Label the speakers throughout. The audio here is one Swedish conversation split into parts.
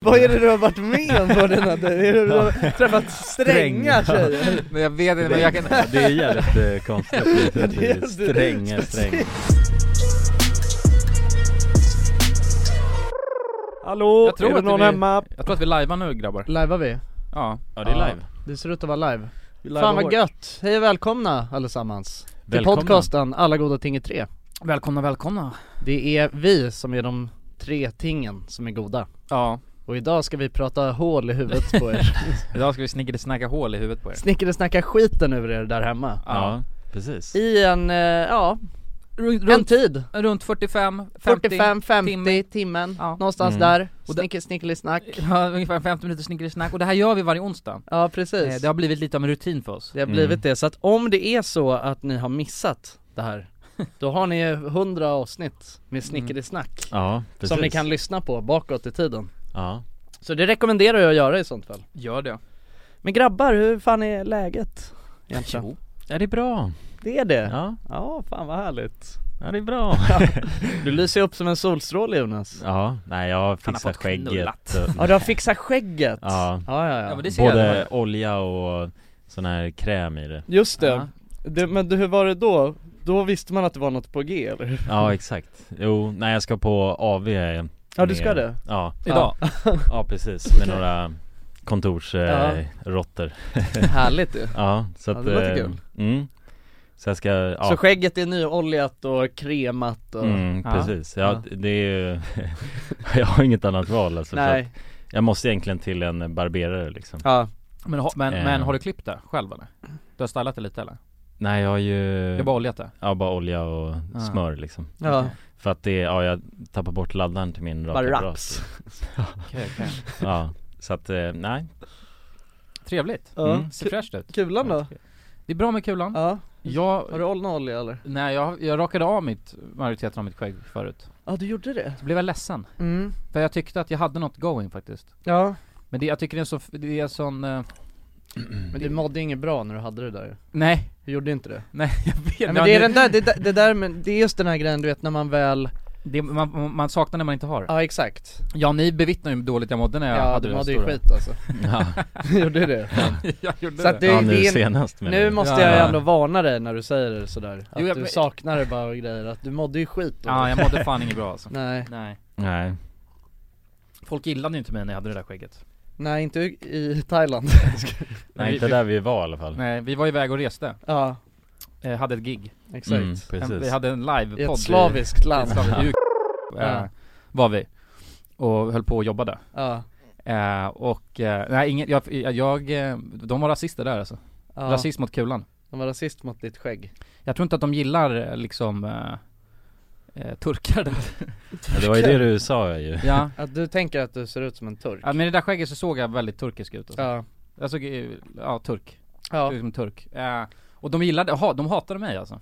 Speaker 1: Vad är det du har varit med om på denna dejt? Är det du har träffat stränga tjejer?
Speaker 2: Men jag vet inte, men jag kan...
Speaker 3: Det är jävligt eh, konstigt, det
Speaker 1: Ja,
Speaker 3: är
Speaker 1: det är-
Speaker 3: inte stränga, stränga
Speaker 4: Hallå,
Speaker 2: Jag tror
Speaker 4: är det
Speaker 2: att
Speaker 4: någon
Speaker 2: vi-
Speaker 4: hemma?
Speaker 2: Jag tror att vi lajvar nu grabbar.
Speaker 1: Lajvar vi?
Speaker 2: Ja.
Speaker 3: Ja det är live
Speaker 1: Det ser ut att vara live.
Speaker 4: Vi
Speaker 1: Fan
Speaker 4: lajvar.
Speaker 1: vad gött! Hej och välkomna allesammans
Speaker 3: Välkomna.
Speaker 1: till podcasten Alla goda ting är tre.
Speaker 2: Välkomna, välkomna.
Speaker 1: Det är vi som är de tre tingen som är goda.
Speaker 2: Ja.
Speaker 1: Och idag ska vi prata hål i huvudet på er.
Speaker 2: Idag ska vi snickersnacka hål i huvudet på er.
Speaker 1: Snickare snackar skiten över er där hemma.
Speaker 3: Ja, precis
Speaker 1: I en, eh, ja, en
Speaker 2: Runt,
Speaker 1: tid.
Speaker 2: runt 45, 50.
Speaker 1: 45, 50
Speaker 2: timme.
Speaker 1: timmen,
Speaker 2: Ja.
Speaker 1: någonstans
Speaker 3: Mm.
Speaker 1: där.
Speaker 2: Och det-
Speaker 1: Snicker, snickelisnack.
Speaker 2: Ja, ungefär 50 minuter snickersnack. Och det här gör vi varje onsdag.
Speaker 1: Ja
Speaker 2: Eh,
Speaker 1: precis.
Speaker 2: Det har blivit lite av en rutin för oss.
Speaker 1: Det har blivit det, så att om det är så att ni har missat det här, då har ni 100 avsnitt med snickerisnack.
Speaker 3: Ja, precis
Speaker 1: Som ni kan lyssna på bakåt i tiden.
Speaker 3: Ja
Speaker 1: Så det rekommenderar jag att göra i sånt fall.
Speaker 2: Gör det.
Speaker 1: Men grabbar, hur fan är läget? Egentligen?
Speaker 2: Jo.
Speaker 3: Ja det är bra,
Speaker 1: Det är det? Ja.
Speaker 3: ja,
Speaker 1: fan vad härligt.
Speaker 3: ja det är bra
Speaker 1: Du lyser upp som en solstråle Jonas.
Speaker 3: Ja, nej jag har
Speaker 2: Han har
Speaker 3: fixat
Speaker 2: fått knullat.
Speaker 3: skägget
Speaker 1: Ja du har fixat skägget.
Speaker 3: Ja.
Speaker 1: ja, ja.
Speaker 2: Ja, men det ser
Speaker 3: Både
Speaker 2: jag.
Speaker 3: olja och sån här kräm i det
Speaker 1: Just det.
Speaker 2: Ja.
Speaker 1: det. Men du, hur var det då? Då visste man att det var något på G eller? hur?
Speaker 3: Ja exakt, jo, nej jag ska på AV med-
Speaker 1: Ja du ska det?
Speaker 3: Ja,
Speaker 2: Idag.
Speaker 3: ja precis, med några
Speaker 1: Ja.
Speaker 3: kontorsråttor
Speaker 1: Härligt du.
Speaker 3: Ja, så
Speaker 1: Ja,
Speaker 3: att
Speaker 1: det låter
Speaker 3: eh,
Speaker 1: kul.
Speaker 3: Mm. Så jag ska, ja
Speaker 1: Så skägget är nyoljat och kremat och...
Speaker 3: Mm,
Speaker 2: Ja.
Speaker 3: precis, ja,
Speaker 1: Ja.
Speaker 3: det är ju Jag har inget annat val alltså, Nej.
Speaker 1: Nej.
Speaker 3: Jag måste egentligen till en barberare liksom
Speaker 1: Ja.
Speaker 2: Men, har- men,
Speaker 3: Eh.
Speaker 2: men har du klippt det själv eller? Du har stylat det lite eller?
Speaker 3: Nej jag har ju,
Speaker 2: Du har bara oljat det?
Speaker 3: ja, bara olja och
Speaker 2: Ah.
Speaker 3: smör liksom
Speaker 1: Ja.
Speaker 3: För att det, ja jag tappar bort laddaren till min
Speaker 1: Bara
Speaker 3: rakapparat
Speaker 1: raps.
Speaker 2: Okej, okej.
Speaker 3: Ja, så att, eh, nej
Speaker 2: Trevligt.
Speaker 1: Ja.
Speaker 3: Mm.
Speaker 2: Ser fräscht ut.
Speaker 1: Kulan då?
Speaker 2: Det är bra med kulan.
Speaker 1: Ja. Har
Speaker 2: Jag,
Speaker 1: du ollnolja eller?
Speaker 2: nej jag, jag rakade av mitt, majoriteten av mitt skägg förut.
Speaker 1: Ja du gjorde det?
Speaker 2: Så blev jag ledsen.
Speaker 1: Mm.
Speaker 2: För jag tyckte att jag hade något going faktiskt.
Speaker 1: Ja.
Speaker 2: Men det, jag tycker det är så, det är sån, eh,
Speaker 1: Men du mådde inget bra när du hade det där
Speaker 2: nej,
Speaker 1: Du gjorde inte det?
Speaker 2: nej jag vet
Speaker 1: Nej, men det är den där, det, där- det där men det är just den här grejen du vet när man väl,
Speaker 2: det, man, man saknar när man inte har.
Speaker 1: ja exakt
Speaker 2: Ja ni bevittnar ju hur dåligt jag mådde när
Speaker 1: Ja,
Speaker 2: jag hade
Speaker 1: du
Speaker 2: det där
Speaker 1: mådde ju
Speaker 2: stora.
Speaker 1: skit alltså,
Speaker 3: ja,
Speaker 1: du gjorde det
Speaker 2: jag gjorde
Speaker 1: Så att
Speaker 2: det.
Speaker 1: det,
Speaker 3: ja nu
Speaker 1: det är,
Speaker 3: senast men
Speaker 1: nu måste
Speaker 2: Ja,
Speaker 1: jag
Speaker 2: ja.
Speaker 1: ändå varna dig när du säger det sådär, att
Speaker 2: Jo, jag-
Speaker 1: du saknar det bara och grejer, att du mådde ju skit då
Speaker 2: Ja jag mådde fan inget bra alltså.
Speaker 1: Nej,
Speaker 2: Nej.
Speaker 3: Nej,
Speaker 2: Folk gillade ju inte mig när jag hade det där skägget.
Speaker 1: nej inte i Thailand
Speaker 3: nej inte
Speaker 2: vi,
Speaker 3: där vi var i alla fall
Speaker 2: Nej vi var iväg och reste,
Speaker 1: Ja,
Speaker 2: eh, hade ett gig.
Speaker 1: exakt
Speaker 3: Mm,
Speaker 2: En,
Speaker 3: precis
Speaker 2: vi hade en livepodd.
Speaker 1: I ett slaviskt
Speaker 2: i- i
Speaker 1: land
Speaker 2: ett slaviskt- i-
Speaker 1: Ja.
Speaker 2: eh, Var vi. Och höll på och jobbade.
Speaker 1: Ja,
Speaker 2: Eh, och, eh, nej ingen, jag, jag, jag, eh, de var rasister där alltså.
Speaker 1: ja.
Speaker 2: Rasism mot kulan.
Speaker 1: de var rasist mot ditt skägg
Speaker 2: Jag tror inte att de gillar eh, liksom eh, eh, turkar där.
Speaker 3: Ja, Det var ju det du sa ju
Speaker 2: ja.
Speaker 1: Att du tänker att du ser ut som en turk?
Speaker 2: ja, men det där skägget så såg jag väldigt turkisk ut alltså.
Speaker 1: Ja,
Speaker 2: Jag såg, eh, ja turk,
Speaker 1: ja,
Speaker 2: ut som turk. Eh, och de gillade, ha, de hatade mig alltså.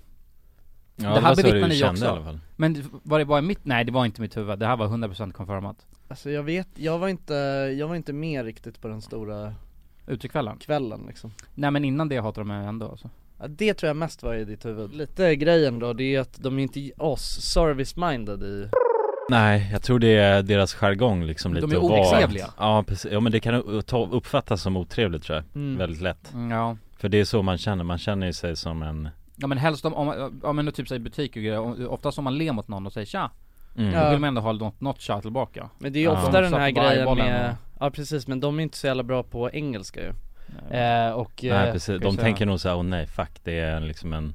Speaker 3: ja,
Speaker 2: här
Speaker 3: var så
Speaker 2: bevittnar
Speaker 3: du
Speaker 2: ni
Speaker 3: kände
Speaker 2: också.
Speaker 3: i alla fall
Speaker 2: Men var det bara mitt, nej det var inte mitt huvud, det här var 100% konfirmat.
Speaker 1: alltså jag vet, jag var inte, jag var inte med riktigt på den stora
Speaker 2: Utekvällen.
Speaker 1: kvällen liksom
Speaker 2: Nej men innan det hatade de mig ändå alltså.
Speaker 1: Ja, det tror jag mest var i ditt huvud. Lite grejen då, det är att de är inte oss service-minded i...
Speaker 3: Nej, jag tror det är deras jargong liksom
Speaker 2: De
Speaker 3: lite
Speaker 2: är
Speaker 3: att vara-
Speaker 2: otrevliga.
Speaker 3: Ja precis, ja men det kan u- ta- uppfattas som otrevligt tror jag,
Speaker 1: Mm.
Speaker 3: väldigt lätt
Speaker 2: Mm, ja.
Speaker 3: För det är så man känner, man känner ju sig som en
Speaker 2: ja men helst om, om ja men nu typ säger butik och grejer, om- oftast om man ler mot någon och säger tja,
Speaker 3: mm.
Speaker 2: då
Speaker 1: Ja.
Speaker 2: vill man ändå ha något, något tja tillbaka.
Speaker 1: Men det är ju
Speaker 3: Ja.
Speaker 1: ofta den
Speaker 2: Satt
Speaker 1: här
Speaker 2: på bara
Speaker 1: grejen
Speaker 2: eyeballen
Speaker 1: med... Ja precis, men de är inte så jävla bra på engelska ju. Eh, och...
Speaker 3: Nej
Speaker 1: eh,
Speaker 3: precis,
Speaker 2: ska jag
Speaker 3: de
Speaker 2: säga.
Speaker 3: tänker nog såhär, åh nej fuck det är liksom en,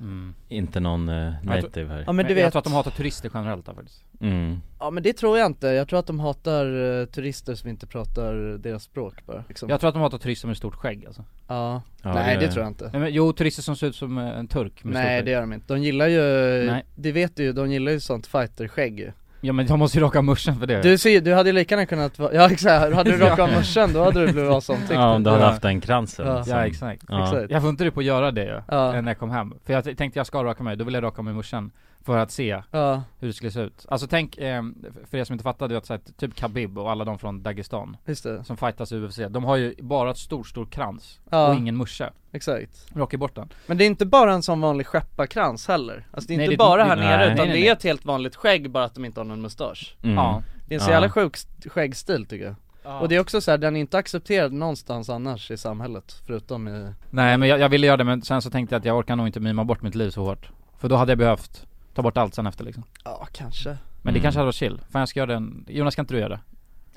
Speaker 2: Mm.
Speaker 3: inte någon eh, native här
Speaker 1: ja men du vet...
Speaker 2: Jag tror att de hatar typ- turister generellt där faktiskt.
Speaker 3: mm.
Speaker 1: Ja men det tror jag inte, jag tror att de hatar eh, turister som inte pratar deras språk bara. Liksom.
Speaker 2: Jag tror att de hatar turister med stort skägg alltså.
Speaker 1: Ja.
Speaker 3: Ja,
Speaker 1: Nej det tror jag inte.
Speaker 2: Nej, men, jo, turister som ser ut som eh, en turk med
Speaker 1: Nej
Speaker 2: stort
Speaker 1: det
Speaker 2: skägg.
Speaker 1: gör de inte, de gillar ju,
Speaker 2: Nej.
Speaker 1: Eh, det vet du ju, de gillar ju sånt fighter-skägg ju.
Speaker 2: Ja men de måste ju raka muschen för det
Speaker 1: Du ser ju, du hade ju lika gärna kunnat vara, ja exakt, hade du
Speaker 2: Eh. Ja.
Speaker 1: rockat av morsan då hade du blivit avsomtyckt
Speaker 3: Ja om du hade
Speaker 2: Ja.
Speaker 3: haft den kransen
Speaker 1: Ja.
Speaker 3: som-
Speaker 2: Ja exakt
Speaker 3: ja.
Speaker 1: Exakt.
Speaker 2: Jag funderade på att göra det ju,
Speaker 1: Ja.
Speaker 2: eh, när jag kom hem För jag t- tänkte jag ska raka mig, då vill jag raka mig i muschen För att se
Speaker 1: Ja,
Speaker 2: hur det skulle se ut Alltså tänk, eh, för er som inte fattar, du vet såhär, typ Khabib och alla de från Dagestan
Speaker 1: just det.
Speaker 2: Som fightas i UFC, de har ju bara ett stor, stor krans
Speaker 1: Ja.
Speaker 2: och ingen musche
Speaker 1: Exakt.
Speaker 2: Raka bort den
Speaker 1: Men det är inte bara en sån vanlig skepparkrans heller. Alltså det är
Speaker 2: Nej,
Speaker 1: inte
Speaker 2: det-
Speaker 1: bara
Speaker 2: det-
Speaker 1: här
Speaker 3: nej.
Speaker 1: nere utan
Speaker 2: Nej, nej,
Speaker 1: det är
Speaker 2: nej.
Speaker 1: ett helt vanligt skägg bara att de inte har någon mustasch.
Speaker 3: Mm.
Speaker 2: Ja,
Speaker 1: Det är en så
Speaker 3: Ja.
Speaker 1: jävla sjuk st- skäggstil tycker jag Och det är också så här, den är inte accepterad någonstans annars i samhället förutom i
Speaker 2: Nej men jag, jag ville göra det men sen så tänkte jag att jag orkar nog inte mima bort mitt liv så hårt För då hade jag behövt ta bort allt sen efter liksom
Speaker 1: Ja kanske
Speaker 2: Men det
Speaker 3: Mm.
Speaker 2: kanske hade varit chill, fan jag ska göra den, Jonas kan inte du göra det?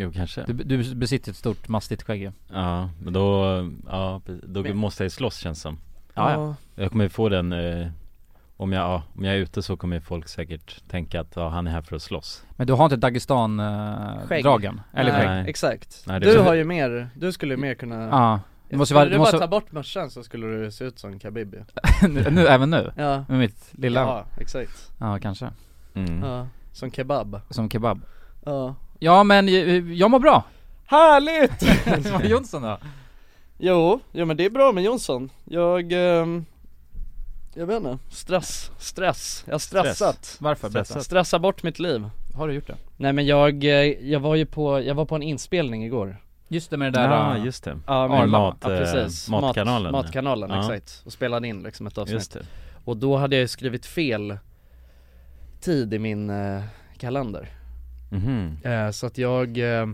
Speaker 3: Jo kanske
Speaker 2: Du, du besitter ett stort mastigt skägg ju
Speaker 3: Ja, men då, ja, precis. då
Speaker 2: Men-
Speaker 3: måste jag ju slåss känns som
Speaker 2: Ja, ja.
Speaker 3: Jag kommer ju få den, eh, om, jag, ja, om jag är ute så kommer ju folk säkert tänka att ja, han är här för att slåss
Speaker 2: Men du har inte Dagestan-dragen?
Speaker 1: Skägg.
Speaker 2: Eller
Speaker 1: Nej,
Speaker 2: skägg?
Speaker 3: skägg.
Speaker 1: Exakt,
Speaker 3: Nej, det är
Speaker 1: du
Speaker 3: så-
Speaker 1: har ju mer, du skulle ju mer kunna
Speaker 2: Ja, det måste
Speaker 1: Skulle
Speaker 2: vara,
Speaker 1: du
Speaker 2: det måste,
Speaker 1: bara ta bort mössan så skulle du se ut som Khabibi
Speaker 2: nu, nu, även nu?
Speaker 1: Ja,
Speaker 2: Med mitt lilla? Ja,
Speaker 1: ja exakt,
Speaker 2: kanske,
Speaker 3: mm.
Speaker 1: ja, som kebab
Speaker 2: som kebab
Speaker 1: Ja
Speaker 2: Ja men ju- jag mår bra!
Speaker 1: Härligt!
Speaker 2: Vad är Jonsson då?
Speaker 1: Jo, jo men det är bra med Jonsson. Jag, ehm, jag vet inte, stress, stress, jag har stressat
Speaker 2: Varför?
Speaker 3: Stressad.
Speaker 2: Berätta.
Speaker 1: Stressa bort mitt liv
Speaker 2: Har du gjort det?
Speaker 1: Nej men jag, eh, jag var ju på, jag var på en inspelning igår
Speaker 2: Just det med det där
Speaker 3: Ja,
Speaker 2: äh,
Speaker 3: just det
Speaker 1: Ja
Speaker 2: men-
Speaker 3: mat,
Speaker 1: ja,
Speaker 3: eh,
Speaker 1: precis,
Speaker 3: Matkanalen
Speaker 1: Mat, matkanalen,
Speaker 3: Ja.
Speaker 1: exakt, och spelade in liksom ett avsnitt
Speaker 3: Just det
Speaker 1: Och då hade jag ju skrivit fel tid i min eh, kalender
Speaker 3: Mhm.
Speaker 1: Eh, Så att jag, eh,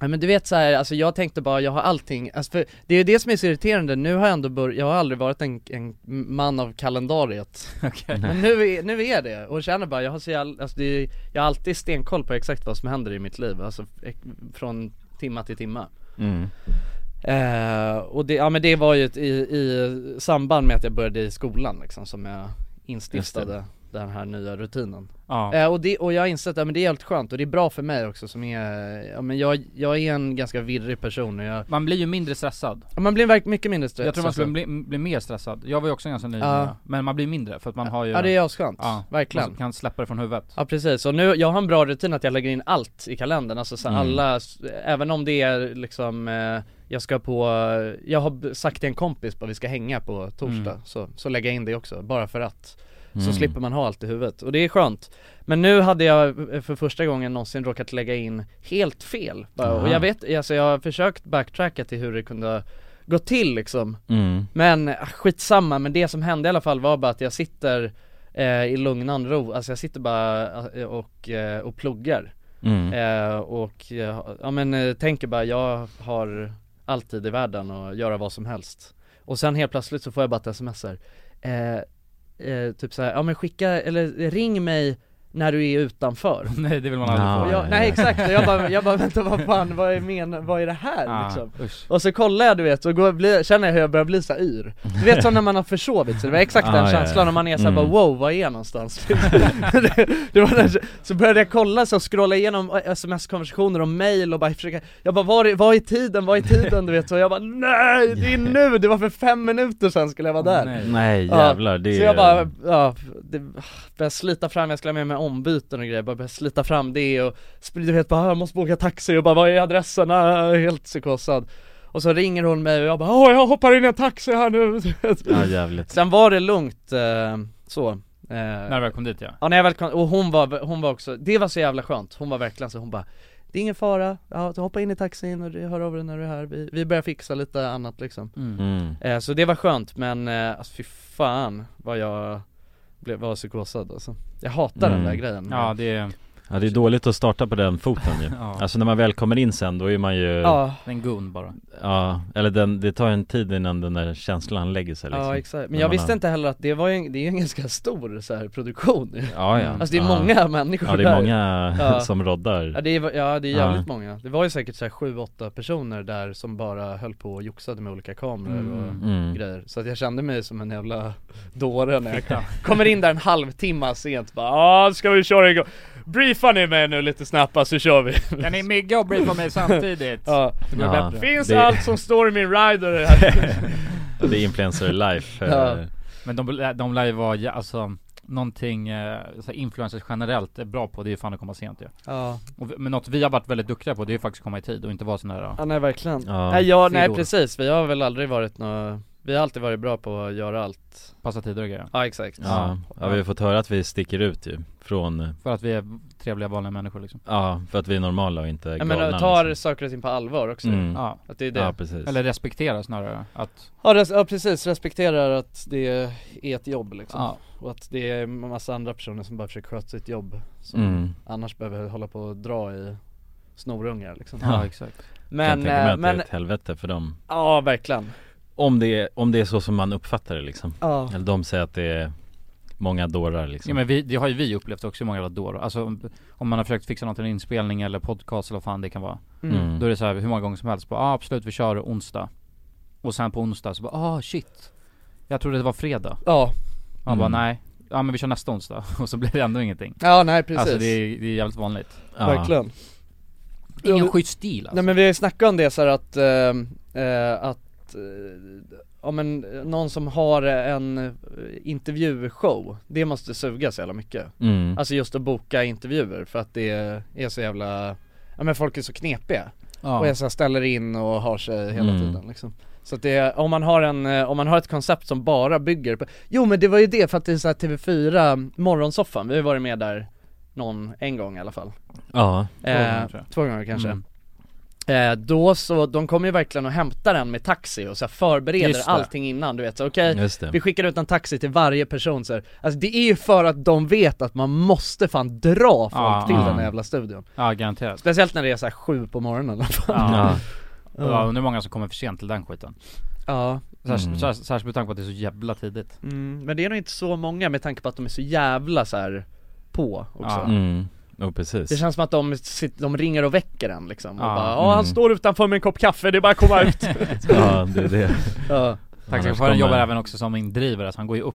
Speaker 1: ja men du vet så här, alltså jag tänkte bara jag har allting, alltså för det är ju det som är så irriterande, nu har jag ändå bör- jag har aldrig varit en, en man av kalendariet
Speaker 2: Okej.
Speaker 1: Men nu är, nu är det, och jag känner bara jag har så jävla, alltså det är, jag har alltid stenkoll på exakt vad som händer i mitt liv, alltså ek- från timma till timma
Speaker 3: Mm.
Speaker 1: Eh, och det, ja men det var ju ett, i, i samband med att jag började i skolan liksom som jag instiftade den här nya rutinen
Speaker 2: Ja,
Speaker 1: Eh, och, det, och jag har insett att men det är helt skönt och det är bra för mig också som är, ja men jag, jag är en ganska virrig person och jag,
Speaker 2: man blir ju mindre stressad
Speaker 1: ja, man blir verk- mycket mindre stressad
Speaker 2: Jag tror man skulle bli, bli mer stressad, jag var ju också ganska ny
Speaker 1: Ja.
Speaker 2: med det. Men man blir mindre för att man har ju
Speaker 1: Ja det är asskönt,
Speaker 2: Ja.
Speaker 1: verkligen
Speaker 2: Man kan släppa det från huvudet
Speaker 1: Ja precis, och nu, jag har en bra rutin att jag lägger in allt i kalendern, alltså så här
Speaker 3: Mm.
Speaker 1: alla, s- även om det är liksom eh, Jag ska på, jag har b- sagt till en kompis bara vi ska hänga på torsdag,
Speaker 2: Mm.
Speaker 1: så, så lägger jag in det också, bara för att Så
Speaker 3: Mm.
Speaker 1: slipper man ha allt i huvudet, och det är skönt Men nu hade jag eh, för första gången någonsin råkat lägga in helt fel bara. och
Speaker 3: Aha.
Speaker 1: jag vet, alltså jag har försökt backtracka till hur det kunde gå till liksom
Speaker 3: Mm.
Speaker 1: men ah, skitsamma, men det som hände i alla fall var bara att jag sitter eh, i lugnan ro, alltså jag sitter bara eh, och, eh, och pluggar
Speaker 3: Mm.
Speaker 1: eh, och eh, ja men eh, tänker bara jag har alltid i världen att göra vad som helst och sen helt plötsligt så får jag bara ett sms här eh, eh, typ såhär, ja men skicka, eller ring mig när du är utanför
Speaker 2: Nej det vill man aldrig
Speaker 3: Ja,
Speaker 1: och
Speaker 2: få
Speaker 1: jag,
Speaker 3: ja,
Speaker 1: nej
Speaker 3: ja.
Speaker 1: exakt, och jag bara, jag bara vänta vad fan, vad är, men, vad är det här liksom?
Speaker 2: Ah, usch.
Speaker 1: Och så kollar jag du vet, och går, blir, känner jag hur jag börjar bli så här yr Du vet som när man har försovit sig, det var exakt
Speaker 3: Ah,
Speaker 1: den
Speaker 3: ja, ja.
Speaker 1: känslan när man är såhär
Speaker 3: Mm.
Speaker 1: bara wow, var är jag någonstans? det, det var den, så började jag kolla, så scrolla igenom sms-konversationer och mail och bara försöka Jag bara var, är- var är tiden, var är tiden du vet? Och jag bara nej, det är nu, det var för fem minuter sedan skulle jag vara där
Speaker 2: Nej.
Speaker 3: Nej
Speaker 1: Ja,
Speaker 3: jävlar, det är
Speaker 1: Så jag bara, ja, det, började slita fram, jag skulle ha med mig ombyten och grejer, bara började slita fram det och spr- du vet bara, jag måste boka taxi och bara, vad är adressen? Ah, helt psykosad Och så ringer hon mig och jag bara, åh jag hoppar in i en taxi här nu
Speaker 3: Ja jävligt
Speaker 1: Sen var det lugnt, eh, så eh,
Speaker 2: När du väl kom dit ja
Speaker 1: Ja när jag väl kom, och hon var, hon var också, det var så jävla skönt, hon var verkligen så, hon bara Det är ingen fara, ja, så hoppa in i taxin och hör av dig när du är här, vi, vi börjar fixa lite annat liksom
Speaker 3: mm.
Speaker 1: Eh, Så det var skönt men eh, alltså, fy fan vad jag blev, var psykosad alltså. Jag hatar den
Speaker 3: Mm.
Speaker 1: där grejen
Speaker 2: Ja det är,
Speaker 3: Ja det är dåligt att starta på den foten ju
Speaker 2: ja,
Speaker 3: Alltså när man väl kommer in sen då är man ju Ja,
Speaker 1: ja,
Speaker 2: en gun bara
Speaker 3: eller den, det tar en tid innan den där känslan lägger sig liksom
Speaker 1: ja exakt, men
Speaker 3: När
Speaker 1: jag
Speaker 3: man
Speaker 1: visste
Speaker 3: har-
Speaker 1: inte heller att det var ju, en- det är ju en ganska stor så här, produktion ju.
Speaker 3: Ja ja
Speaker 1: Alltså det är
Speaker 3: ja.
Speaker 1: många människor
Speaker 3: Ja det är
Speaker 1: där
Speaker 3: många
Speaker 1: Ja.
Speaker 3: som
Speaker 1: Ja
Speaker 3: roddar
Speaker 1: det, är, ja det är
Speaker 3: Ja.
Speaker 1: jävligt många, det var ju säkert såhär 7-8 personer där som bara höll på och joxade med olika kameror och
Speaker 2: Mm.
Speaker 3: mm.
Speaker 1: grejer Så att jag kände mig som en jävla dåre när jag
Speaker 2: Ja.
Speaker 1: Kommer in där en halvtimme sent bara ah, ska vi köra igång? Briefa ni mig nu lite snabbt så kör vi
Speaker 2: Kan ni mygga och briefa mig samtidigt?
Speaker 1: Ja.
Speaker 2: Det går
Speaker 3: Ja.
Speaker 2: bättre
Speaker 1: Finns
Speaker 3: Det-
Speaker 1: allt som står i min rider här?
Speaker 3: Det är influencer life eh,
Speaker 1: Ja.
Speaker 2: Men de, de lär ju vara, ja, alltså Någonting eh, så här influencers generellt är bra på, det är ju fan att komma sent ju
Speaker 1: ja.
Speaker 2: och, vi- Men något vi har varit väldigt duktiga på, det är ju faktiskt att komma i tid och inte vara sån här ja.
Speaker 1: nej verkligen
Speaker 3: Ja.
Speaker 1: Nej, ja, nej
Speaker 2: Fyllor.
Speaker 1: precis, vi har väl aldrig varit några Vi har alltid varit bra på att göra allt
Speaker 2: Passa tider och grejer.
Speaker 1: Ja exakt
Speaker 3: Ja, ja vi har fått höra att vi sticker ut ju från, eh,
Speaker 2: För att vi är trevliga vanliga människor liksom.
Speaker 3: ja för att vi är normala och inte
Speaker 1: Jag
Speaker 3: galna
Speaker 1: menar, tar
Speaker 3: liksom.
Speaker 1: saker och ting på allvar också
Speaker 3: mm.
Speaker 2: Ja.
Speaker 1: Att det är det
Speaker 3: Ja precis
Speaker 2: Eller respektera snarare. Att,
Speaker 1: Ja, res- ja precis, respekterar att det är ett jobb liksom
Speaker 2: ja.
Speaker 1: Och att det är en massa andra personer som bara försöker sköta sitt jobb Som
Speaker 3: mm.
Speaker 1: annars behöver hålla på och dra i snorungar liksom
Speaker 2: ja, exakt.
Speaker 3: Men,
Speaker 1: Men,
Speaker 3: kan tänka mig
Speaker 1: eh,
Speaker 3: att
Speaker 1: men,
Speaker 3: det är ett helvete för dem
Speaker 1: ja verkligen
Speaker 3: Om det, är, om det är så som man uppfattar det liksom
Speaker 1: Ja,
Speaker 3: Eller de säger att det är många dårar liksom
Speaker 2: Ja, men vi, det har ju vi upplevt också i många jävla dårar. Alltså om- om man har försökt fixa något, en inspelning eller podcast eller vad fan det kan vara.
Speaker 1: mm.
Speaker 3: Mm.
Speaker 2: Då är det så här hur många gånger som helst, bara ah, absolut vi kör onsdag. Och sen på onsdag så bara ah shit. Jag trodde det var fredag.
Speaker 1: ja,
Speaker 2: Man
Speaker 3: Mm.
Speaker 2: bara nej, ja men vi kör nästa onsdag. Och så blir det ändå ingenting.
Speaker 1: ja nej precis
Speaker 2: Alltså det är, det är jävligt vanligt.
Speaker 3: Ja.
Speaker 1: Verkligen Ja,
Speaker 2: Ingen
Speaker 1: vi-
Speaker 2: schysst stil alltså.
Speaker 1: Nej men vi har ju snackat om det så här att, eh, eh, att eh, Ja men eh, någon som har en eh, intervjushow, det måste suga så jävla mycket
Speaker 3: Mm.
Speaker 1: Alltså just att boka intervjuer för att det är så jävla Ja men folk är så knepiga och
Speaker 2: ja.
Speaker 1: jag så här ställer in och har sig hela
Speaker 3: Mm.
Speaker 1: tiden liksom Så att det, är- om man har en, eh, om man har ett koncept som bara bygger på Jo men det var ju det för att det är så här TV4 morgonsoffan, vi har ju varit med där någon, en gång i alla fall
Speaker 3: Ja,
Speaker 1: Två
Speaker 2: gånger, tror jag.
Speaker 1: Eh, Två gånger kanske
Speaker 2: Mm.
Speaker 1: Eh, då så, de kommer ju verkligen och hämtar en med taxi och så här förbereder
Speaker 2: Just det.
Speaker 1: allting innan du vet så okej
Speaker 3: just det
Speaker 1: Vi skickar ut en taxi till varje person så här. Alltså det är ju för att de vet att man måste fan dra folk
Speaker 2: Ja,
Speaker 1: till
Speaker 3: ja.
Speaker 1: den här jävla studion
Speaker 2: ja garanterat.
Speaker 1: Speciellt när det är så här sju på morgonen i alla fall.
Speaker 2: Ja. Ja,
Speaker 3: Ja,
Speaker 2: undrar hur många som kommer för sent till den skiten.
Speaker 1: ja.
Speaker 2: Särskilt,
Speaker 3: Mm.
Speaker 2: särskilt, särskilt med tanke på att det är så jävla tidigt.
Speaker 1: Mm, men det är nog inte så många med tanke på att de är så jävla så här på också
Speaker 2: Ja.
Speaker 3: mm. oh, precis
Speaker 1: Det känns som att de, sit- de ringer och väcker en liksom och
Speaker 2: Ja.
Speaker 1: bara "Ja, han
Speaker 3: Mm.
Speaker 1: står utanför med en kopp kaffe, det är bara att komma ut
Speaker 3: Ja, det är det
Speaker 1: ja.
Speaker 2: Taxichauffören
Speaker 3: kommer-
Speaker 2: jobbar även också som indrivare, så han går ju upp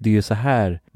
Speaker 3: det är ju så här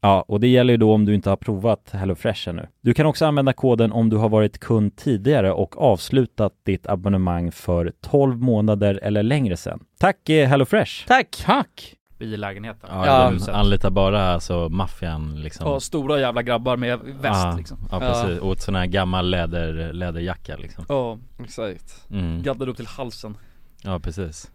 Speaker 3: Ja, och det gäller ju då om du inte har provat HelloFresh ännu. Du kan också använda koden om du har varit kund tidigare och avslutat ditt abonnemang för 12 månader eller längre sedan. Tack eh, HelloFresh!
Speaker 1: Tack!
Speaker 5: Tack!
Speaker 2: Bilägenheten.
Speaker 5: Ja.
Speaker 6: de anlitar bara alltså maffian liksom
Speaker 5: Och stora jävla grabbar med väst
Speaker 6: ja,
Speaker 5: liksom.
Speaker 6: Ja precis, och ett sån här gammal läder, läderjacka liksom
Speaker 5: Ja, exakt.
Speaker 6: mm.
Speaker 5: Gaddad upp till halsen.
Speaker 6: Ja precis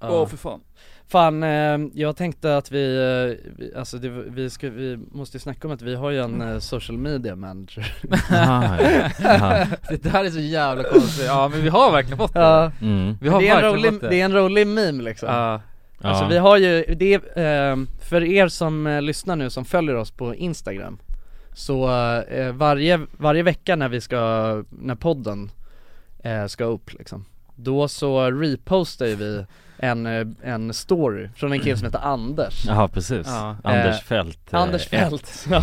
Speaker 5: Åh
Speaker 1: Ja.
Speaker 5: för fan.
Speaker 1: Fan, eh, jag tänkte att vi, eh, vi- alltså det, vi, ska, vi måste ju snacka om att vi har ju en eh, social media manager.
Speaker 6: Aha, ja. Aha.
Speaker 5: Det där är så jävla konstigt. Ja men vi har verkligen fått det.
Speaker 6: Mm.
Speaker 5: Vi har
Speaker 1: det, är en
Speaker 5: verkligen
Speaker 1: rolig,
Speaker 5: fått
Speaker 1: det är en rolig meme liksom.
Speaker 5: Ja.
Speaker 6: Ja.
Speaker 1: Alltså vi har ju, det är, eh, för er som eh, lyssnar nu som följer oss på Instagram Så eh, varje, varje vecka när vi ska, när podden eh, ska upp liksom Då så repostar ju vi en, eh, en story från en kille som heter Anders
Speaker 6: Jaha precis,
Speaker 5: Ja.
Speaker 6: Anders
Speaker 1: Eh,
Speaker 6: Fält eh,
Speaker 1: Anders
Speaker 6: ett.
Speaker 1: Fält, ja.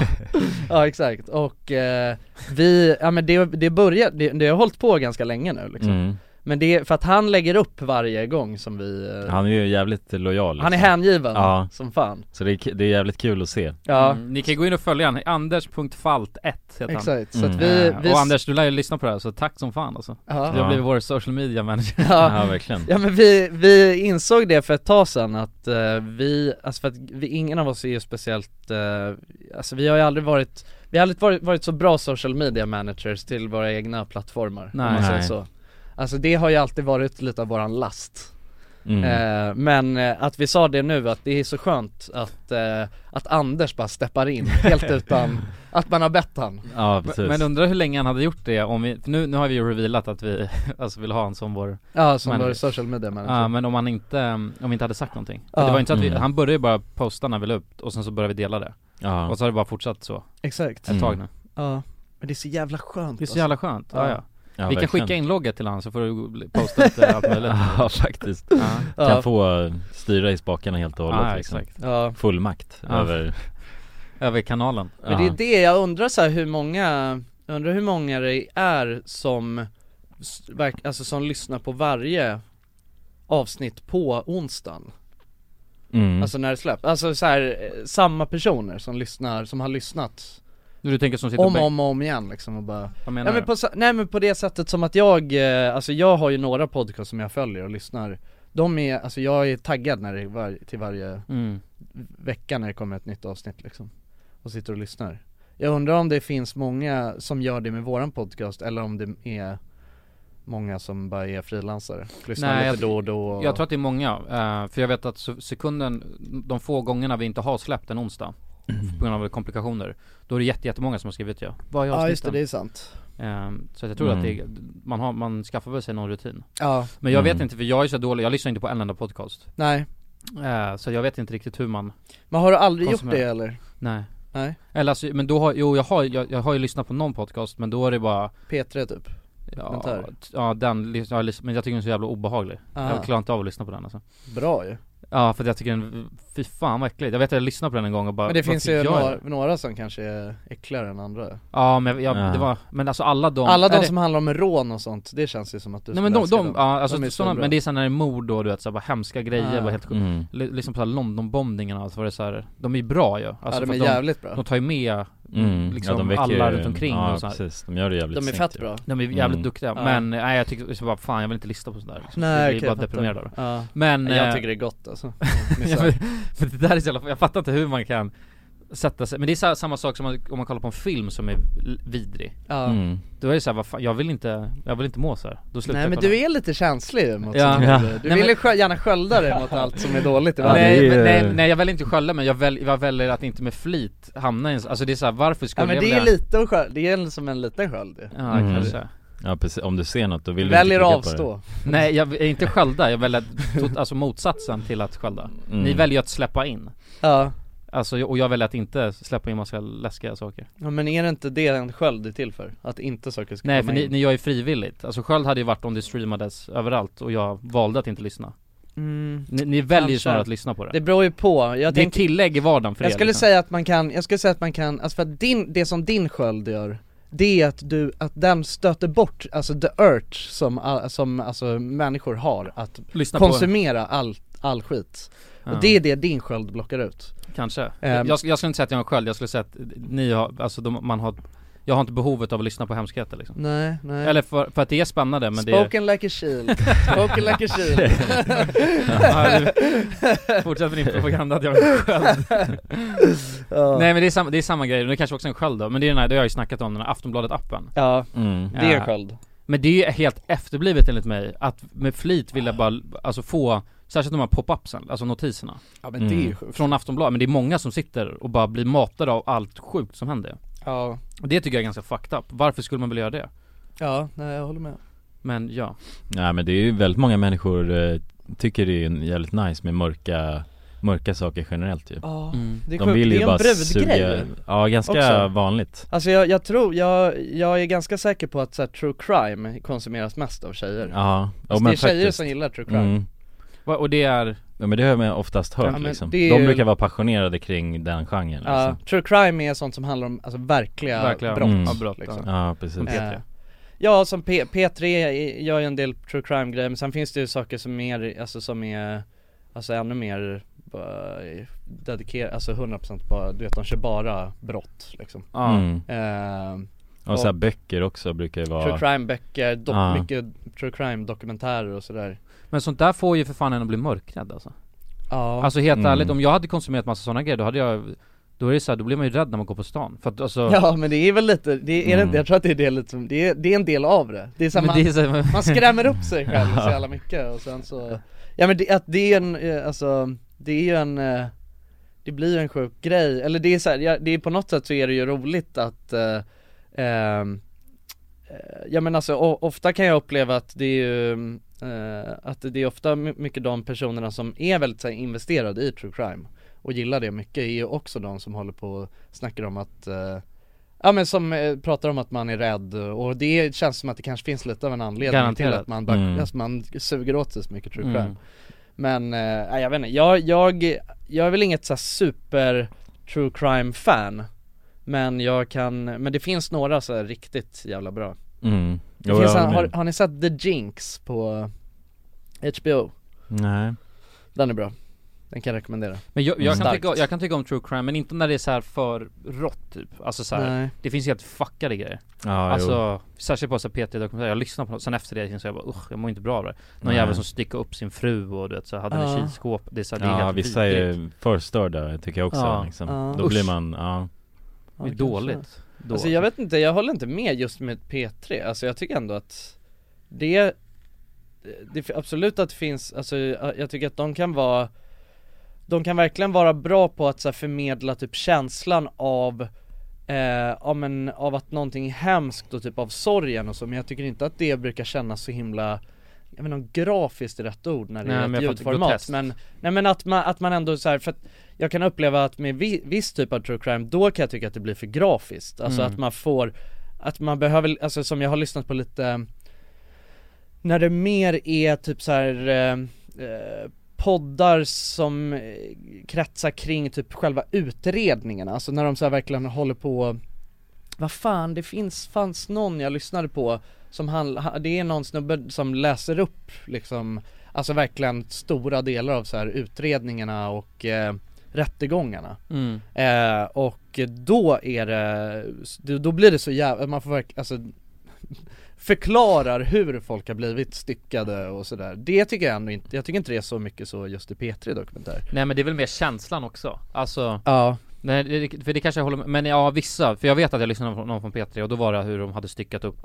Speaker 1: ja exakt och eh, vi, ja men det, det började, det, det har hållit på ganska länge nu liksom
Speaker 6: Mm.
Speaker 1: Men det är för att han lägger upp varje gång som vi eh,
Speaker 3: Han är ju jävligt lojal liksom.
Speaker 1: Han är hängiven
Speaker 3: Ja.
Speaker 1: som fan
Speaker 3: Så det är, k- det är jävligt kul att se
Speaker 1: Ja,
Speaker 2: Mm, ni kan gå in och följa han, anders.falt1 heter han.
Speaker 1: exakt, så att
Speaker 3: Mm.
Speaker 1: vi,
Speaker 2: Eh,
Speaker 1: vi
Speaker 2: Och Anders, du lär ju lyssna på det här så tack som fan alltså. Du
Speaker 1: ja,
Speaker 2: har blivit vår social media manager.
Speaker 1: ja,
Speaker 3: Ja verkligen
Speaker 1: ja men vi, vi insåg det för ett tag sedan att eh, vi, alltså för att vi, ingen av oss är ju speciellt, eh, alltså vi har ju aldrig varit, vi har aldrig varit, varit så bra social media managers till våra egna plattformar om man
Speaker 2: Nej.
Speaker 1: säger
Speaker 3: Nej.
Speaker 1: så Alltså det har ju alltid varit lite av våran last
Speaker 3: mm.
Speaker 1: Eh, men eh, att vi sa det nu, att det är så skönt att, eh, att Anders bara steppar in helt utan att man har bett han
Speaker 3: Ja precis
Speaker 2: Men undrar hur länge han hade gjort det om vi, för nu, nu har vi ju revealat att vi alltså vill ha en som vår,
Speaker 1: Ja, som
Speaker 2: Men-
Speaker 1: vår social media manager
Speaker 2: ja men om han inte, um, om vi inte hade sagt någonting.
Speaker 1: Ja.
Speaker 2: För Det var ju inte så att vi,
Speaker 3: Mm.
Speaker 2: han började ju bara posta när vi la upp och sen så började vi dela det.
Speaker 3: ja. Mm.
Speaker 2: Och så har det bara fortsatt så,
Speaker 1: Exakt,
Speaker 2: ett tag nu.
Speaker 1: ja Men det är så jävla skönt alltså.
Speaker 2: Det är så jävla skönt, ja, ja.
Speaker 3: ja,
Speaker 2: Vi kan
Speaker 3: verkligen.
Speaker 2: skicka in logget till han så får du posta lite allt möjligt.
Speaker 3: Ja faktiskt,
Speaker 2: Ja.
Speaker 1: alltså.
Speaker 3: kan få eh, styra i spakarna helt och hållet
Speaker 2: Ja,
Speaker 3: liksom.
Speaker 2: exakt.
Speaker 1: ja.
Speaker 3: Full makt
Speaker 2: Ja.
Speaker 3: över
Speaker 2: Över kanalen.
Speaker 1: Men det är det, jag undrar så här hur många, jag undrar hur många det är som, s- verk- alltså som lyssnar på varje avsnitt på onsdagen
Speaker 3: mm.
Speaker 1: Alltså när det släpps, alltså så här, eh, samma personer som lyssnar, som har lyssnat
Speaker 2: Du tänker som sitter
Speaker 1: om
Speaker 2: på
Speaker 1: och om och om igen liksom och bara
Speaker 2: Vad menar
Speaker 1: Ja, men
Speaker 2: du?
Speaker 1: på, sa- nej men på det sättet som att jag, eh, alltså jag har ju några podcast som jag följer och lyssnar De är, alltså jag är taggad när det var, till varje
Speaker 2: Mm.
Speaker 1: vecka när det kommer ett nytt avsnitt liksom Och sitter och lyssnar Jag undrar om det finns många som gör det med våran podcast eller om det är många som bara är frilansare, lyssnar
Speaker 2: Nej,
Speaker 1: lite
Speaker 2: jag-
Speaker 1: då och då och,
Speaker 2: Jag tror att det är många, eh, för jag vet att se- sekunden, de få gångerna vi inte har släppt en onsdag
Speaker 1: Mm.
Speaker 2: på grund av komplikationer, då är det jätte- jättemånga som har skrivit ja. Vad är
Speaker 1: Ja just det,
Speaker 2: avsnitten?
Speaker 1: det är sant
Speaker 2: Ehm, så att jag tror
Speaker 3: Mm.
Speaker 2: att det, är- man, har, man skaffar väl sig någon rutin.
Speaker 1: Ja,
Speaker 2: Men jag vet
Speaker 3: Mm.
Speaker 2: inte, för jag är så dålig, jag lyssnar inte på en enda podcast.
Speaker 1: nej
Speaker 2: Eh, så jag vet inte riktigt hur man,
Speaker 1: Men har du aldrig gjort
Speaker 2: Konsumera.
Speaker 1: det eller?
Speaker 2: nej.
Speaker 1: Nej.
Speaker 2: Eller alltså, men då har, jo jag har, jag, jag har ju lyssnat på någon podcast, men då är det bara
Speaker 1: P3 typ?
Speaker 2: Ja,
Speaker 1: Dokumentär.
Speaker 2: t- ja den, lys- ja, lys- men jag tycker den är så jävla obehaglig
Speaker 1: Ah,
Speaker 2: Jag klarar inte av att lyssna på den alltså.
Speaker 1: Bra ju
Speaker 2: Ja för att jag tycker den, fy fan vad äckligt. Jag vet att jag lyssnade på den en gång och bara
Speaker 1: Men det
Speaker 2: vad
Speaker 1: finns
Speaker 2: tycker
Speaker 1: ju
Speaker 2: jag är
Speaker 1: några,
Speaker 2: det?
Speaker 1: några som kanske är äckligare än andra
Speaker 2: Ja men jag,
Speaker 3: Ja.
Speaker 2: det var, men alltså alla de
Speaker 1: Alla
Speaker 2: är
Speaker 1: de
Speaker 2: det-
Speaker 1: som handlar om rån och sånt, det känns ju som att du
Speaker 2: Nej men de,
Speaker 1: skulle
Speaker 2: de,
Speaker 1: älska dem.
Speaker 2: ja, alltså
Speaker 1: De är
Speaker 2: sådana,
Speaker 1: svinbra.
Speaker 2: men det är såhär när det är mord då du vet såhär bara hemska grejer,
Speaker 1: Ah.
Speaker 2: bara helt sjukt.
Speaker 3: mm.
Speaker 2: L- Liksom på såhär Londonbombningarna så var det såhär, de är ju bra ju alltså,
Speaker 1: ja, de
Speaker 2: för
Speaker 1: är
Speaker 2: att
Speaker 1: jävligt bra
Speaker 2: de tar ju med
Speaker 3: Mm.
Speaker 2: liksom
Speaker 3: ja, de väcker
Speaker 2: alla
Speaker 3: ju-
Speaker 2: runt omkring
Speaker 3: ja,
Speaker 2: och så här.
Speaker 3: precis, de gör det jävligt
Speaker 1: De är
Speaker 3: snyggt
Speaker 1: fett
Speaker 3: ju.
Speaker 1: bra
Speaker 2: De är jävligt
Speaker 3: Mm.
Speaker 2: duktiga,
Speaker 1: Ja.
Speaker 2: men nej jag tycker, så bara fan jag vill inte lyssna på sånt där liksom. Jag
Speaker 1: Nej
Speaker 2: blir
Speaker 1: okej,
Speaker 2: bara
Speaker 1: jag fattar.
Speaker 2: deprimerad av det
Speaker 1: Ja,
Speaker 2: Men,
Speaker 1: Nej, jag
Speaker 2: eh,
Speaker 1: tycker det är gott alltså
Speaker 2: Ja,
Speaker 1: Missar.
Speaker 2: men, men det där är så jävla, jag fattar inte hur man kan sätta sig, men det är så, samma sak som man, om man kollar på en film som är l- vidrig
Speaker 1: ja.
Speaker 3: Mm.
Speaker 2: Då är det såhär, vad fan, jag vill inte, jag vill inte må såhär, då slutar
Speaker 1: Nej
Speaker 2: jag
Speaker 1: men
Speaker 2: kolla.
Speaker 1: du är lite känslig ju mot
Speaker 2: Ja.
Speaker 1: sånt
Speaker 3: Ja.
Speaker 1: Du
Speaker 2: Nej,
Speaker 1: vill ju
Speaker 2: men-
Speaker 1: skö- gärna skölda dig mot allt som är dåligt i
Speaker 3: Ja, det
Speaker 1: världen
Speaker 2: Nej,
Speaker 3: är
Speaker 2: men,
Speaker 3: ju-
Speaker 2: nej, nej jag väljer inte att skälla men jag, väl, jag väljer att inte med flit hamna i en, alltså det är såhär varför skulle
Speaker 1: Ja men
Speaker 2: jag
Speaker 1: det är
Speaker 2: vilja
Speaker 1: lite att skölda, det är som en liten sköld ju
Speaker 2: Ja
Speaker 3: Mm.
Speaker 2: kanske
Speaker 3: Ja precis, om du ser något då vill du
Speaker 1: Väljer
Speaker 3: inte
Speaker 1: att
Speaker 3: klicka på
Speaker 1: avstå
Speaker 2: Nej jag är inte skölda, jag väljer tot, alltså motsatsen till att skölda
Speaker 3: det. Mm.
Speaker 2: Ni väljer att släppa in
Speaker 1: Ja,
Speaker 2: Alltså och jag väljer att inte släppa in massa läskiga saker
Speaker 1: Ja, men är det inte det en sköld är till för? Att inte saker ska
Speaker 2: Nej
Speaker 1: komma
Speaker 2: för ni,
Speaker 1: in?
Speaker 2: ni gör ju frivilligt, alltså sköld hade ju varit om det streamades överallt och jag valde att inte lyssna
Speaker 1: Mm.
Speaker 2: Ni, ni väljer
Speaker 1: Kanske.
Speaker 2: snarare att lyssna på det
Speaker 1: Det beror ju på, jag
Speaker 2: Det är ett
Speaker 1: tänker
Speaker 2: tillägg i vardagen för
Speaker 1: Jag
Speaker 2: er
Speaker 1: skulle
Speaker 2: liksom.
Speaker 1: säga att man kan, jag skulle säga att man kan, alltså för att din, det som din sköld gör Det är att du, att den stöter bort, alltså the urge som, all- som alltså människor har att
Speaker 2: lyssna
Speaker 1: konsumera all, all skit
Speaker 2: på, Ja,
Speaker 1: Och det är det din sköld blockar ut Eh,
Speaker 2: Kanske, jag, jag skulle inte säga att jag har en sköld, jag skulle säga att ni har, alltså de, man har Jag har inte behovet av att lyssna på hemskheter liksom
Speaker 1: Nej, nej
Speaker 2: Eller för, för att det är spännande men det är...
Speaker 1: Spoken like a shield, spoken like a shield
Speaker 2: Ja, du- Fortsätt med din propaganda att jag har en sköld
Speaker 1: Ja,
Speaker 2: Nej men det är samma, det är samma grej, det är kanske också en sköld då, men det är den här, det har jag ju snackat om, den här Eh, Aftonbladet appen
Speaker 1: ja
Speaker 3: Mm.
Speaker 1: det är en
Speaker 2: Ja.
Speaker 1: sköld
Speaker 2: Men det är ju helt efterblivet enligt mig, att med flit
Speaker 1: Ah.
Speaker 2: vilja bara, alltså få Särskilt de här pop-upsen, alltså notiserna Mm.
Speaker 1: Ja
Speaker 3: men det är ju
Speaker 1: sjukt
Speaker 2: Från Aftonbladet, men det är många som sitter och bara blir matade av allt sjukt som händer
Speaker 1: Ja,
Speaker 2: Och det tycker jag är ganska fucked up, varför skulle man vilja göra det?
Speaker 1: ja, nej jag håller med
Speaker 2: Men ja,
Speaker 3: Nej men det är ju väldigt många människor eh, tycker det är en jävligt nice med mörka, mörka saker generellt ju
Speaker 1: Ja,
Speaker 2: Mm.
Speaker 1: det är sjukt, det är en brudgrej
Speaker 3: ja ganska
Speaker 1: också.
Speaker 3: vanligt
Speaker 1: Alltså jag, jag tror, jag, jag är ganska säker på att så här, true crime konsumeras mest av tjejer
Speaker 3: Ja, ja
Speaker 1: alltså,
Speaker 3: men
Speaker 1: Det är tjejer
Speaker 3: faktiskt.
Speaker 1: som gillar true crime
Speaker 3: mm.
Speaker 2: Va- och det är,
Speaker 3: Ja men det har man oftast hört
Speaker 1: Ja, men
Speaker 3: liksom.
Speaker 1: det är ju-
Speaker 3: De brukar vara passionerade kring den genren
Speaker 1: Ja,
Speaker 3: liksom.
Speaker 1: true crime är sånt som handlar om alltså, verkliga,
Speaker 2: Verkliga
Speaker 1: brott
Speaker 3: mm.
Speaker 2: ja, brott,
Speaker 1: liksom.
Speaker 3: Ja precis
Speaker 2: P3.
Speaker 1: Eh, Ja, som P- P3 gör ju en del true crime grejer, men sen finns det ju saker som är mer, alltså som är, alltså ännu mer bara dedikerade, alltså 100% bara, du vet de kör bara brott liksom
Speaker 2: Ja.
Speaker 3: Mm.
Speaker 1: eh,
Speaker 3: Och så här böcker också brukar ju
Speaker 1: True
Speaker 3: vara
Speaker 1: crime böcker, dock,
Speaker 3: Ja.
Speaker 1: mycket true crime dokumentärer och sådär
Speaker 2: Men sånt där får ju för fan en att bli mörkrädd alltså.
Speaker 1: Ja,
Speaker 2: Alltså helt
Speaker 3: Mm.
Speaker 2: ärligt, om jag hade konsumerat massa sådana grejer då hade jag Då är det så här, då blir man ju rädd när man går på stan. För att alltså
Speaker 1: ja men det är väl lite, det är det
Speaker 3: Mm.
Speaker 1: inte, jag tror att det är det lite, som- det är, det är en del av det Det är samma,
Speaker 2: men det är så, här-
Speaker 1: man skrämmer upp sig själv så jävla mycket och sen så Ja men det, att det är en, eh, alltså det är ju en eh, Det blir ju en sjuk grej, eller det är så här, ja, det är på något sätt så är det ju roligt att eh, ehm, eh, Ja men alltså o- ofta kan jag uppleva att det är ju eh, Att det är ofta my- mycket de personerna som är väldigt så här, investerade i true crime och gillar det mycket är ju också de som håller på och snackar om att eh, Ja men som eh, pratar om att man är rädd och det känns som att det kanske finns lite av en anledning
Speaker 2: Garanterat.
Speaker 1: till att man, bara,
Speaker 3: Mm.
Speaker 1: alltså, man suger åt sig så mycket true crime
Speaker 2: Mm.
Speaker 1: Men, eh, nej, jag vet inte, jag, jag, jag är väl inget så här super true crime fan Men jag kan, men det finns några så här riktigt jävla bra
Speaker 3: mm.
Speaker 1: det
Speaker 3: Jo,
Speaker 1: finns,
Speaker 3: jag
Speaker 1: en-
Speaker 3: håller
Speaker 1: har,
Speaker 3: med.
Speaker 1: har ni sett The Jinx på HBO?
Speaker 3: Nej
Speaker 1: Den är bra, den kan jag rekommendera
Speaker 2: Men jag, jag, kan
Speaker 1: Starkt.
Speaker 2: tycka, jag kan tycka om true crime men inte när det är så här för rått typ. Alltså så här,
Speaker 1: Nej.
Speaker 2: det finns helt fuckade grejer.
Speaker 3: Ja, jo.
Speaker 2: alltså särskilt på så p dokumentärer jag lyssnar på något, sen efter det så jag bara usch, jag mår inte bra av det. Någon
Speaker 3: Nej.
Speaker 2: jävel som sticker upp sin fru och du vet så här, hade en
Speaker 1: Ja.
Speaker 2: i kylskåp. Det är så här, det är
Speaker 3: Ja
Speaker 2: helt
Speaker 3: vissa
Speaker 2: vidrigt.
Speaker 3: är förstörda tycker jag också
Speaker 2: Ja.
Speaker 3: liksom.
Speaker 1: Ja.
Speaker 3: Då blir
Speaker 2: Usch.
Speaker 3: man, ja
Speaker 1: Ja,
Speaker 2: Det är
Speaker 1: kanske.
Speaker 2: dåligt. Då.
Speaker 1: Alltså jag vet inte, jag håller inte med just med P3, alltså jag tycker ändå att det, det absolut att det finns, alltså jag tycker att de kan vara, de kan verkligen vara bra på att så här, förmedla typ känslan av Eh, ja, men, av att någonting är hemskt och typ av sorgen och så men jag tycker inte att det brukar kännas så himla Jag vet inte om grafiskt är rätt ord när det
Speaker 2: Nej,
Speaker 1: är
Speaker 2: men
Speaker 1: ett
Speaker 2: jag fattar,
Speaker 1: ljudformat
Speaker 2: groteskt.
Speaker 1: men Nej men att man, att man ändå så här, för att jag kan uppleva att med vi, viss typ av true crime, då kan jag tycka att det blir för grafiskt Alltså att man får, att man behöver, alltså som jag har lyssnat på lite När det mer är typ så här eh, eh, poddar som eh, kretsar kring typ själva utredningarna, alltså när de så här verkligen håller på vad fan, det finns, fanns någon jag lyssnade på som han, ha- det är någon snubbe som läser upp liksom Alltså verkligen stora delar av så här utredningarna och eh, rättegångarna
Speaker 2: Mm.
Speaker 1: eh, Och då är det, då- då blir det så jävla, man får verkligen, alltså Förklarar hur folk har blivit styckade och sådär Det tycker jag ändå inte, jag tycker inte det är så mycket så just i P3 dokumentär
Speaker 2: Nej men det är väl mer känslan också. Alltså
Speaker 1: Ja,
Speaker 2: Nej, det- för det kanske jag håller med Men ja, vissa. För jag vet att jag lyssnade på någon från P3 och då var det hur de hade styckat upp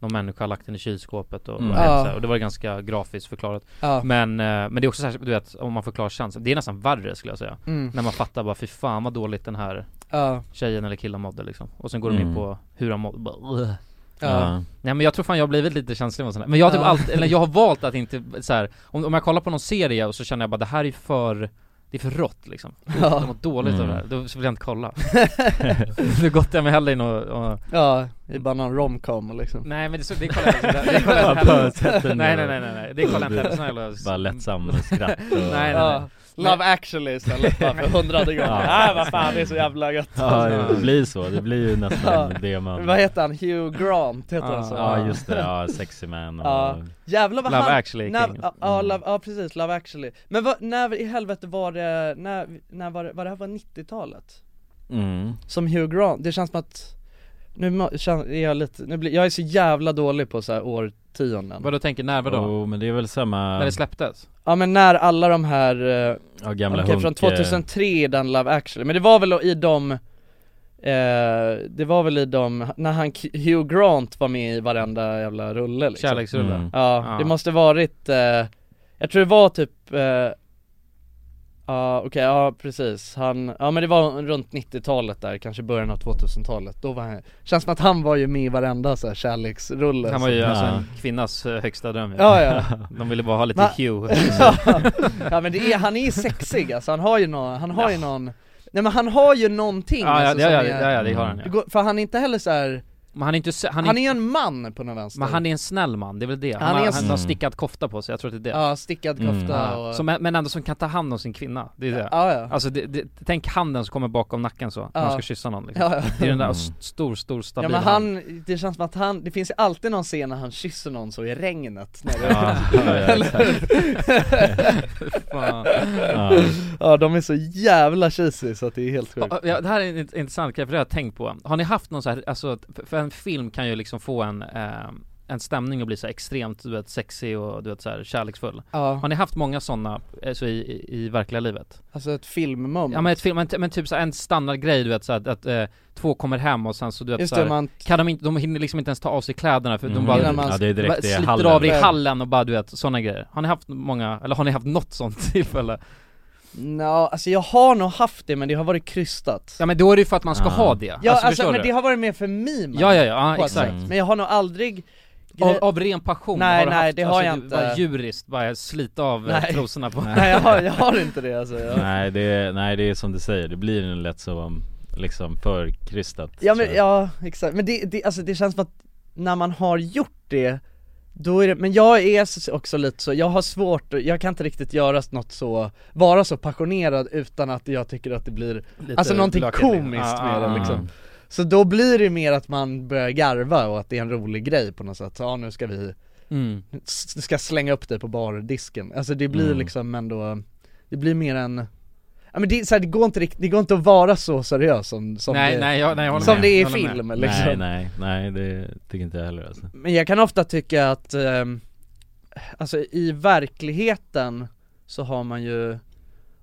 Speaker 2: någon människa, lagt den i kylskåpet och,
Speaker 3: Mm.
Speaker 2: och, helt
Speaker 1: Ja.
Speaker 2: så här. och det var ganska grafiskt förklarat.
Speaker 1: ja,
Speaker 2: Men, eh, men det är också särskilt, du vet, om man förklarar känslan. Det är nästan värre skulle jag säga.
Speaker 1: mm,
Speaker 2: När man fattar bara fy fan vad dåligt den här
Speaker 1: ja,
Speaker 2: tjejen eller killen mådde liksom. Och sen går de
Speaker 3: Mm.
Speaker 2: in på hur han mådde. Bara, "Ugh."
Speaker 1: ja,
Speaker 2: Nej men jag tror fan jag har blivit lite känslig mot sånt här. Men jag har typ
Speaker 1: Ja.
Speaker 2: alltid, eller jag har valt att inte så här. Om, om jag kollar på någon serie och så känner jag bara det här är ju för det är för rått liksom. Jag
Speaker 1: ja,
Speaker 2: mår dåligt av
Speaker 3: Mm.
Speaker 2: det här, då så vill jag inte kolla Nu gottar jag mig hellre i något, och...
Speaker 1: ja, det är bara någon romcom liksom
Speaker 2: Nej men det, så, det kollar jag inte, det kollar jag
Speaker 3: Ja,
Speaker 2: inte heller
Speaker 3: bara sätter
Speaker 2: Nej nej nej
Speaker 3: ner
Speaker 2: nej, nej. det kollar jag inte heller, såna jävla...
Speaker 3: och Bara lättsam skratt och...
Speaker 2: Nej, nej, nej.
Speaker 1: Ja, Love actually istället bara för hundrade gången,
Speaker 3: Ja.
Speaker 1: ah vad fan det är så jävla gött
Speaker 3: Ja det blir så, det blir ju nästan
Speaker 1: Ja.
Speaker 3: det man
Speaker 1: Vad heter han? Hugh Grant heter han
Speaker 2: Ja,
Speaker 1: så?
Speaker 3: Ja just det, ja sexy man och...
Speaker 1: Ja.
Speaker 3: Mm.
Speaker 1: Jävlar vad
Speaker 2: Love
Speaker 1: han...
Speaker 2: actually
Speaker 1: när,
Speaker 2: King.
Speaker 1: ja, ja, love, ja precis, Love actually Men vad, när i helvete var det, när, när var det, var det här var 90-talet?
Speaker 3: Mm.
Speaker 1: Som Hugh Grant, det känns som att Nu må- kän- är jag lite, nu blir, jag är så jävla dålig på så här årtionden
Speaker 2: Vad du tänker, när vadå?
Speaker 3: Jo men det är väl samma,
Speaker 2: När det släpptes?
Speaker 1: Ja men när alla de här, eh,
Speaker 3: ja, gamla
Speaker 1: okej,
Speaker 3: hunk
Speaker 1: från
Speaker 3: eh,
Speaker 1: 2003 är den Love actually, men det var väl i de eh, Det var väl i de, när han, Hugh Grant var med i varenda jävla rulle liksom
Speaker 2: Kärleksrulle?
Speaker 3: Mm.
Speaker 1: Ja,
Speaker 2: Ja.
Speaker 1: det måste varit, eh, jag tror det var typ eh, Ja okej, ja precis, han, ja men det var runt 90-talet där, kanske början av 2000-talet, då var han, känns som att han var ju med i varenda så här kärleksrulle
Speaker 2: Han var ju
Speaker 3: Ja.
Speaker 2: alltså en kvinnas eh, högsta dröm ju.
Speaker 1: Ja ja,
Speaker 2: De ville bara ha lite
Speaker 1: Va?
Speaker 2: Hugh
Speaker 1: ja men det är, han är ju sexig alltså, han har ju någon, han har ju någon Nej men han har ju någonting
Speaker 2: Ja ja,
Speaker 1: alltså,
Speaker 2: ja, ja,
Speaker 1: som är,
Speaker 2: ja, ja det har han
Speaker 1: det
Speaker 2: ja.
Speaker 1: går- För han är inte heller så här
Speaker 2: Men han är inte, sä- han är,
Speaker 1: Han är en man på den vänster
Speaker 2: men han är en snäll man, det är väl det. Han,
Speaker 1: Han är
Speaker 2: har,
Speaker 1: en
Speaker 2: han har
Speaker 3: s-
Speaker 2: stickat kofta på sig, jag tror att det är det.
Speaker 1: Ja, stickad
Speaker 3: Mm.
Speaker 1: kofta och...
Speaker 2: Som, men ändå som kan ta hand om sin kvinna, det är det.
Speaker 1: Ja, ja.
Speaker 2: Alltså det, det, tänk handen som kommer bakom nacken så, när
Speaker 1: Ja.
Speaker 2: man ska kyssa någon liksom.
Speaker 1: Ja, ja.
Speaker 2: Det är den där
Speaker 3: Mm.
Speaker 2: s- stor, stor
Speaker 1: Ja
Speaker 2: stabil
Speaker 1: men han, det känns som att han, det finns ju alltid någon scen när han kysser någon så i regnet när det,
Speaker 3: Ja, ja, exakt.
Speaker 2: Fan.
Speaker 3: Ja.
Speaker 1: Ja de är så jävla cheesy så att det är helt sjukt
Speaker 2: Ja, ja, det här är en int- intressant grej, för det har jag tänkt på. Har ni haft någon så här, alltså, för- för en film kan ju liksom få en, eh, en stämning att bli så här extremt, du vet, sexig och du vet så här kärleksfull.
Speaker 1: Ja,
Speaker 2: Har ni haft många sådana, så i, i, i verkliga livet?
Speaker 1: alltså ett filmmoment
Speaker 2: Ja men ett film, men, men typ så här, en standardgrej du vet så här, att eh, två kommer hem och sen så du vet
Speaker 1: Just
Speaker 2: så
Speaker 1: det,
Speaker 2: här,
Speaker 1: man,
Speaker 2: kan de inte, de hinner liksom inte ens ta av sig kläderna för
Speaker 3: Mm.
Speaker 2: de bara
Speaker 1: Innan man
Speaker 3: ja, det är
Speaker 2: bara
Speaker 3: direkt i
Speaker 2: sliter
Speaker 3: hallen.
Speaker 2: av det i
Speaker 1: Ja.
Speaker 2: hallen och bara du vet, sådana grejer. Har ni haft många, eller har ni haft något sånt tillfälle?
Speaker 1: Nja, alltså jag har nog haft det men det har varit krystat
Speaker 2: Ja men då är det ju för att man ska
Speaker 3: Ah.
Speaker 2: ha det.
Speaker 1: Ja alltså,
Speaker 2: förstår
Speaker 1: men
Speaker 2: du?
Speaker 1: det har varit mer för meme
Speaker 2: Ja ja ja,
Speaker 1: på
Speaker 2: ja
Speaker 1: ett
Speaker 2: exakt.
Speaker 1: sätt. Men jag har nog aldrig
Speaker 2: Av, av ren passion?
Speaker 1: Nej,
Speaker 2: har du
Speaker 1: nej,
Speaker 2: haft, alltså,
Speaker 1: det har jag
Speaker 2: du
Speaker 1: inte.
Speaker 2: Bara djuriskt, bara slita av eh,
Speaker 1: Nej.
Speaker 2: trosorna på
Speaker 1: Nej jag har, jag har inte det alltså jag...
Speaker 3: Nej det, är, nej det är som du säger, det blir en lätt så um, liksom förkrystat
Speaker 1: Ja
Speaker 3: tror
Speaker 1: men,
Speaker 3: jag.
Speaker 1: ja exakt, men det, det, alltså det känns som att när man har gjort det, då är det, men jag är s- också lite så, jag har svårt, att- jag kan inte riktigt göra något så, vara så passionerad utan att jag tycker att det blir, alltså någonting
Speaker 2: lökigt, liksom.
Speaker 1: komiskt
Speaker 2: Ah,
Speaker 1: med
Speaker 2: ah,
Speaker 1: det
Speaker 2: ah.
Speaker 1: liksom Så då blir det mer att man börjar garva och att det är en rolig grej på något sätt, ja nu ska vi,
Speaker 2: mm.
Speaker 1: s- ska slänga upp dig på bardisken, alltså det blir
Speaker 3: Mm.
Speaker 1: liksom ändå, det blir mer en Ja men det, är så här, det går inte riktigt, det går inte att vara så seriös som, som
Speaker 2: nej,
Speaker 1: det
Speaker 2: nej, jag, nej jag håller
Speaker 1: som
Speaker 2: med.
Speaker 1: det är i
Speaker 2: Jag håller med.
Speaker 1: film liksom. Mm.
Speaker 3: Nej nej, nej det tycker inte jag heller alltså.
Speaker 1: Men jag kan ofta tycka att, ehm, alltså i verkligheten så har man ju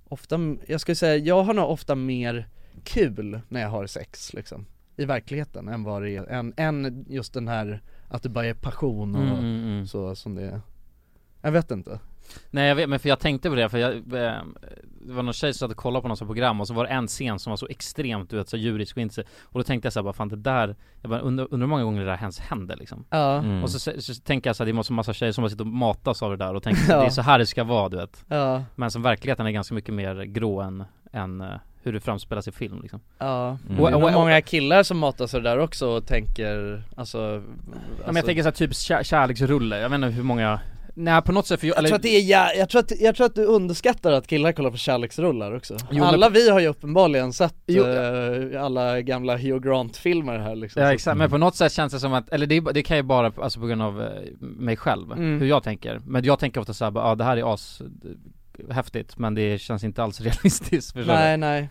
Speaker 1: ofta, jag skulle säga, jag har nog ofta mer kul när jag har sex liksom I verkligheten än vad det är, än, än just den här att det bara är passion och
Speaker 2: Mm, mm, mm.
Speaker 1: så som det är Jag vet inte
Speaker 2: Nej jag vet, men för jag tänkte på det, för jag, eh, det var någon tjej som satt och kollade på något sånt program och så var det en scen som var så extremt du vet, så djurisk och inte så, och då tänkte jag såhär bara fan det där, jag bara undrar, undrar hur många gånger det där ens händer liksom
Speaker 1: Ja,
Speaker 3: Mm.
Speaker 2: Och så, så, så tänker jag såhär, det måste vara massa tjejer som bara sitter och matas av det där och tänker
Speaker 1: Ja.
Speaker 2: det är så här det ska vara du vet
Speaker 1: ja,
Speaker 2: Men som verkligheten är ganska mycket mer grå än, än eh, hur det framspelas i film liksom
Speaker 1: ja
Speaker 3: Mm.
Speaker 1: Och,
Speaker 2: Och- och-
Speaker 1: många killar som matas av det där också och tänker, alltså,
Speaker 2: Ja, men jag tänker såhär typ kär, kärleksrulle, jag vet inte hur många Nej på något sätt för jag,
Speaker 1: Jag tror, att det är, jä- jag, tror att, jag tror att du underskattar att killar kollar på kärleksrullar också
Speaker 2: Jo, men-
Speaker 1: Alla vi har ju uppenbarligen sett
Speaker 2: Jo.
Speaker 1: eh, alla gamla Hugh Grant-filmer här liksom
Speaker 2: Ja
Speaker 1: Så-
Speaker 2: exakt, men på något sätt känns det som att, eller det, är- det kan ju bara, alltså på grund av eh, mig själv,
Speaker 1: Mm.
Speaker 2: hur jag tänker Men jag tänker ofta såhär, ja ah, det här är as eh, häftigt men det känns inte alls realistiskt förstår
Speaker 1: Nej nej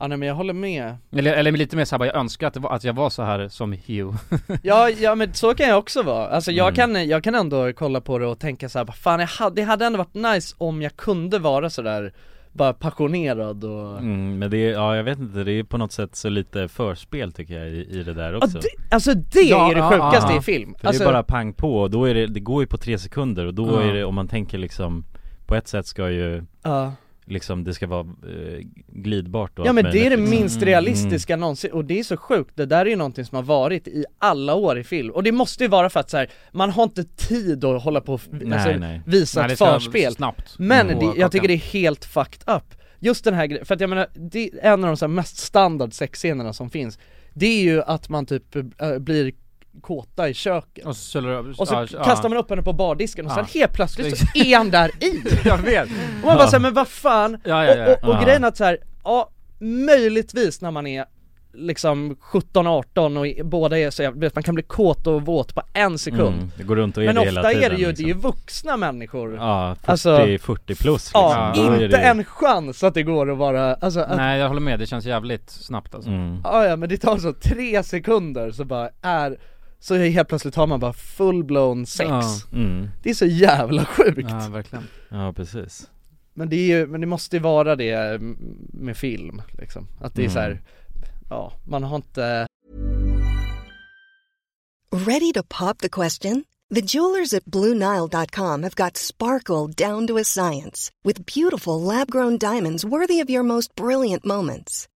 Speaker 1: Ja nej men jag håller med
Speaker 2: du? Eller, eller lite mer såhär, jag önskar att, det var, att jag var så här som Hugh
Speaker 1: Ja, ja men så kan jag också vara, alltså jag,
Speaker 3: Mm.
Speaker 1: kan, jag kan ändå kolla på det och tänka så här, bara, fan jag hade, det hade ändå varit nice om jag kunde vara sådär bara passionerad och
Speaker 3: Mm, men det är, ja jag vet inte, det är på något sätt så lite förspel tycker jag i, i det där
Speaker 1: ja,
Speaker 3: också
Speaker 1: det, Alltså det
Speaker 2: Ja,
Speaker 1: är det
Speaker 2: ja,
Speaker 1: sjukaste
Speaker 2: ja, ja.
Speaker 1: i film
Speaker 3: För
Speaker 1: alltså,
Speaker 3: det är bara pang på och då är det, det går ju på tre sekunder och då
Speaker 2: Ja.
Speaker 3: är det, om man tänker liksom På ett sätt ska ju
Speaker 1: ja.
Speaker 3: liksom, det ska vara eh, glidbart och
Speaker 1: Ja
Speaker 3: allt
Speaker 1: men det är det
Speaker 3: möjligt, liksom.
Speaker 2: Mm,
Speaker 1: minst realistiska någonsin och det är så sjukt, det där är ju någonting som har varit i alla år i film och det måste ju vara för att så här, man har inte tid att hålla på och
Speaker 3: Nej
Speaker 1: alltså,
Speaker 3: nej
Speaker 1: visa
Speaker 2: Nej, det
Speaker 1: ett
Speaker 2: ska
Speaker 1: förspel
Speaker 2: Snabbt
Speaker 1: Men
Speaker 2: på
Speaker 1: det,
Speaker 2: klockan.
Speaker 1: jag tycker det är helt fucked up Just den här grejen, för att jag menar, det är en av de så här mest standard sexscenerna som finns Det är ju att man typ eh, blir kåta i köket
Speaker 2: Och så, säljer-
Speaker 1: och så
Speaker 2: ja, ja.
Speaker 1: kastar man upp henne på bardisken och sen
Speaker 2: Ja.
Speaker 1: helt plötsligt så är han där i!
Speaker 2: Jag vet!
Speaker 1: Och man bara såhär, men vad fan,
Speaker 2: Ja, ja, ja.
Speaker 1: och, och, och
Speaker 3: Ja.
Speaker 1: grejen är att så här, ja, möjligtvis när man är liksom 17-18 och i- båda är så jävla, vet, man kan bli kåt och våt på en sekund
Speaker 3: mm, Det går runt och är
Speaker 1: Men
Speaker 3: det
Speaker 1: ofta
Speaker 3: hela tiden
Speaker 1: är det ju,
Speaker 3: liksom.
Speaker 1: det är ju vuxna människor Ja,
Speaker 3: Ja, 40,
Speaker 1: Alltså-
Speaker 3: 40 plus liksom. Då är
Speaker 1: inte
Speaker 3: det,
Speaker 1: en chans att det går att vara, alltså att,
Speaker 2: Nej jag håller med, det känns jävligt snabbt alltså
Speaker 3: mm.
Speaker 1: ja, ja men det tar så tre sekunder så bara är, så helt plötsligt har man bara full-blown sex
Speaker 2: Ja.
Speaker 3: Mm.
Speaker 1: Det är så jävla sjukt!
Speaker 2: Ja verkligen
Speaker 3: Ja precis
Speaker 1: Men det är ju, men det måste ju vara det mm, med film liksom, att det är
Speaker 3: Mm.
Speaker 1: så här, ja, man har inte
Speaker 7: Ready to pop the question? The jewelers at BlueNile.com have got sparkle down to a science with beautiful lab grown diamonds worthy of your most brilliant moments.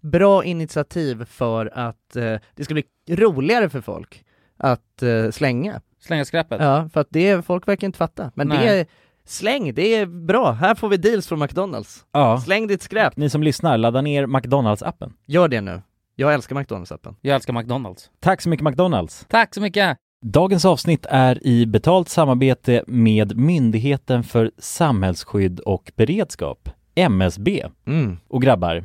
Speaker 1: bra initiativ för att eh, det ska bli roligare för folk att eh, slänga.
Speaker 8: Slänga skräpet?
Speaker 1: Ja, för att det, folk verkar inte fatta. Men det
Speaker 8: Nej.
Speaker 1: är, släng, det är bra. Här får vi deals från McDonalds.
Speaker 3: Ja.
Speaker 1: Släng ditt skräp.
Speaker 3: Ni som lyssnar, ladda ner McDonalds-appen.
Speaker 1: Gör det nu. Jag älskar McDonalds-appen.
Speaker 8: Jag älskar McDonalds.
Speaker 3: Tack så mycket McDonalds!
Speaker 8: Tack så mycket!
Speaker 3: Dagens avsnitt är i betalt samarbete med Myndigheten för samhällsskydd och beredskap, MSB. Och grabbar,
Speaker 1: Mm.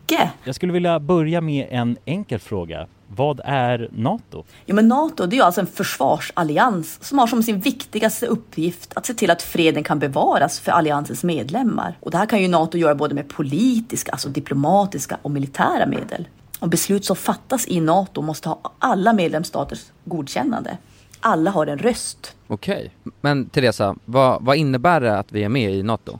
Speaker 3: Jag skulle vilja börja med en enkel fråga. Vad är NATO?
Speaker 9: Jo, men Nato det är ju alltså en försvarsallians som har som sin viktigaste uppgift att se till att freden kan bevaras för alliansens medlemmar. Och det här kan ju Nato göra både med politiska, alltså diplomatiska och militära medel. Och beslut som fattas i Nato måste ha alla medlemsstaters godkännande. Alla har en röst.
Speaker 8: Okej. Men Teresa, vad, vad innebär det att vi är med i NATO?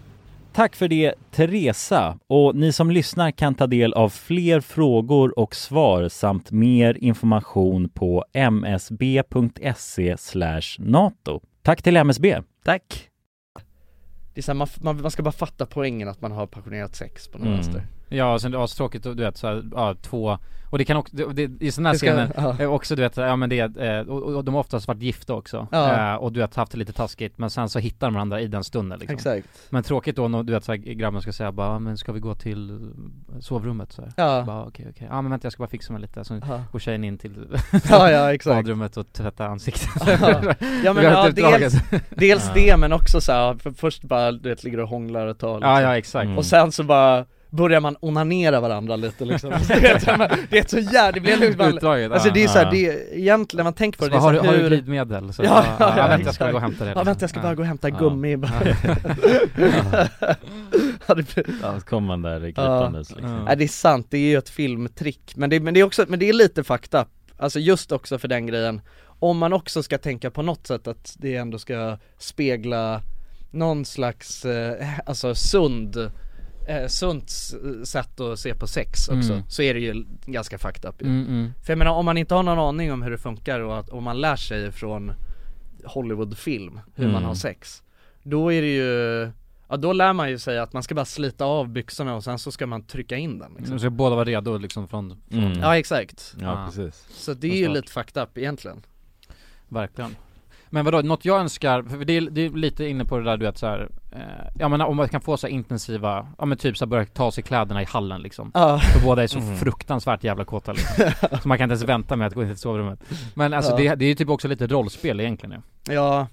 Speaker 3: Tack för det Teresa och ni som lyssnar kan ta del av fler frågor och svar samt mer information på msb.se E nato. Tack till MSB!
Speaker 1: Tack! Det är så här, man, f- man, man ska bara fatta poängen att man har passionerat sex på något
Speaker 2: Mm.
Speaker 1: vänster
Speaker 2: Ja, sen det är astråkigt och du vet såhär, ja två Och det kan också, det, det, i sådana här
Speaker 1: Det ska-
Speaker 2: scener,
Speaker 1: ja.
Speaker 2: eh, också du vet, ja men det, är, eh, och, och de har oftast varit gifta också
Speaker 1: Ja.
Speaker 2: eh, Och du vet haft det lite taskigt, men sen så hittar de varandra i den stunden liksom
Speaker 1: Exakt.
Speaker 2: Men tråkigt då när du vet såhär, grabben ska säga bara, "Ja, men ska vi gå till eh, sovrummet såhär?
Speaker 1: Ja.
Speaker 2: Bara, okej okej, ja men vänta jag ska bara fixa mig lite, så
Speaker 1: Ja.
Speaker 2: går tjejen in till
Speaker 1: Ja, ja, exakt.
Speaker 2: badrummet och tvättar ansiktet
Speaker 1: Ja, ja men
Speaker 2: Vi har
Speaker 1: ja,
Speaker 2: ett uppdrag,
Speaker 1: dels,
Speaker 2: alltså.
Speaker 1: dels
Speaker 2: Ja.
Speaker 1: det men också så här, för först bara du vet, ligger och hånglar ett tag liksom.
Speaker 2: Ja, ja, exakt. Mm.
Speaker 1: Och sen så bara börjar man onanera varandra lite liksom Så det, är så här, det är så jävla, det blir liksom
Speaker 2: Utdraget,
Speaker 1: Alltså
Speaker 2: ja.
Speaker 1: det är såhär,
Speaker 2: Ja.
Speaker 1: det är egentligen när man tänker på det, det
Speaker 2: Så
Speaker 1: är
Speaker 2: har
Speaker 1: så
Speaker 2: du- har du
Speaker 1: hur-
Speaker 2: glidmedel? Så-
Speaker 1: ja,
Speaker 2: ja,
Speaker 1: ja,
Speaker 2: ja, vänta, jag ska
Speaker 1: exakt.
Speaker 2: gå och hämta det,
Speaker 1: Ja
Speaker 2: liksom.
Speaker 1: vänta jag ska bara
Speaker 2: Ja.
Speaker 1: gå och hämta
Speaker 2: Ja.
Speaker 1: gummi bara. Ja, det blir-
Speaker 3: Ja, så kommer man där krypandes,
Speaker 1: Ja.
Speaker 3: liksom.
Speaker 1: Nej det är sant, det är ju ett filmtrick men det, men det är också, men det är lite fucked up Alltså just också för den grejen Om man också ska tänka på något sätt att det ändå ska spegla någon slags, eh, alltså sund Eh, sunt s- sätt att se på sex också,
Speaker 2: Mm.
Speaker 1: så är det ju ganska fucked up ju.
Speaker 2: Mm, mm.
Speaker 1: För jag menar om man inte har någon aning om hur det funkar och att, om man lär sig från Hollywoodfilm hur man
Speaker 2: Mm.
Speaker 1: har sex Då är det ju, ja då lär man ju sig att man ska bara slita av byxorna och sen så ska man trycka in den liksom.
Speaker 2: Mm, Så Ah. ska båda vara redo liksom från, från
Speaker 3: Mm.
Speaker 1: Ja exakt
Speaker 2: Ja,
Speaker 3: precis.
Speaker 1: Så det är ju lite fucked up egentligen
Speaker 2: Verkligen Men vadå, något jag önskar, för det är, det är lite inne på det där du vet såhär eh, Ja men om man kan få så här intensiva, ja men typ så här börja ta sig kläderna i hallen liksom
Speaker 1: Ja.
Speaker 2: För båda är så
Speaker 1: Mm.
Speaker 2: fruktansvärt jävla kåta liksom. Så man kan inte ens vänta med att gå in till sovrummet Men alltså
Speaker 1: Ja.
Speaker 2: det, det är ju typ också lite rollspel egentligen ju
Speaker 1: Ja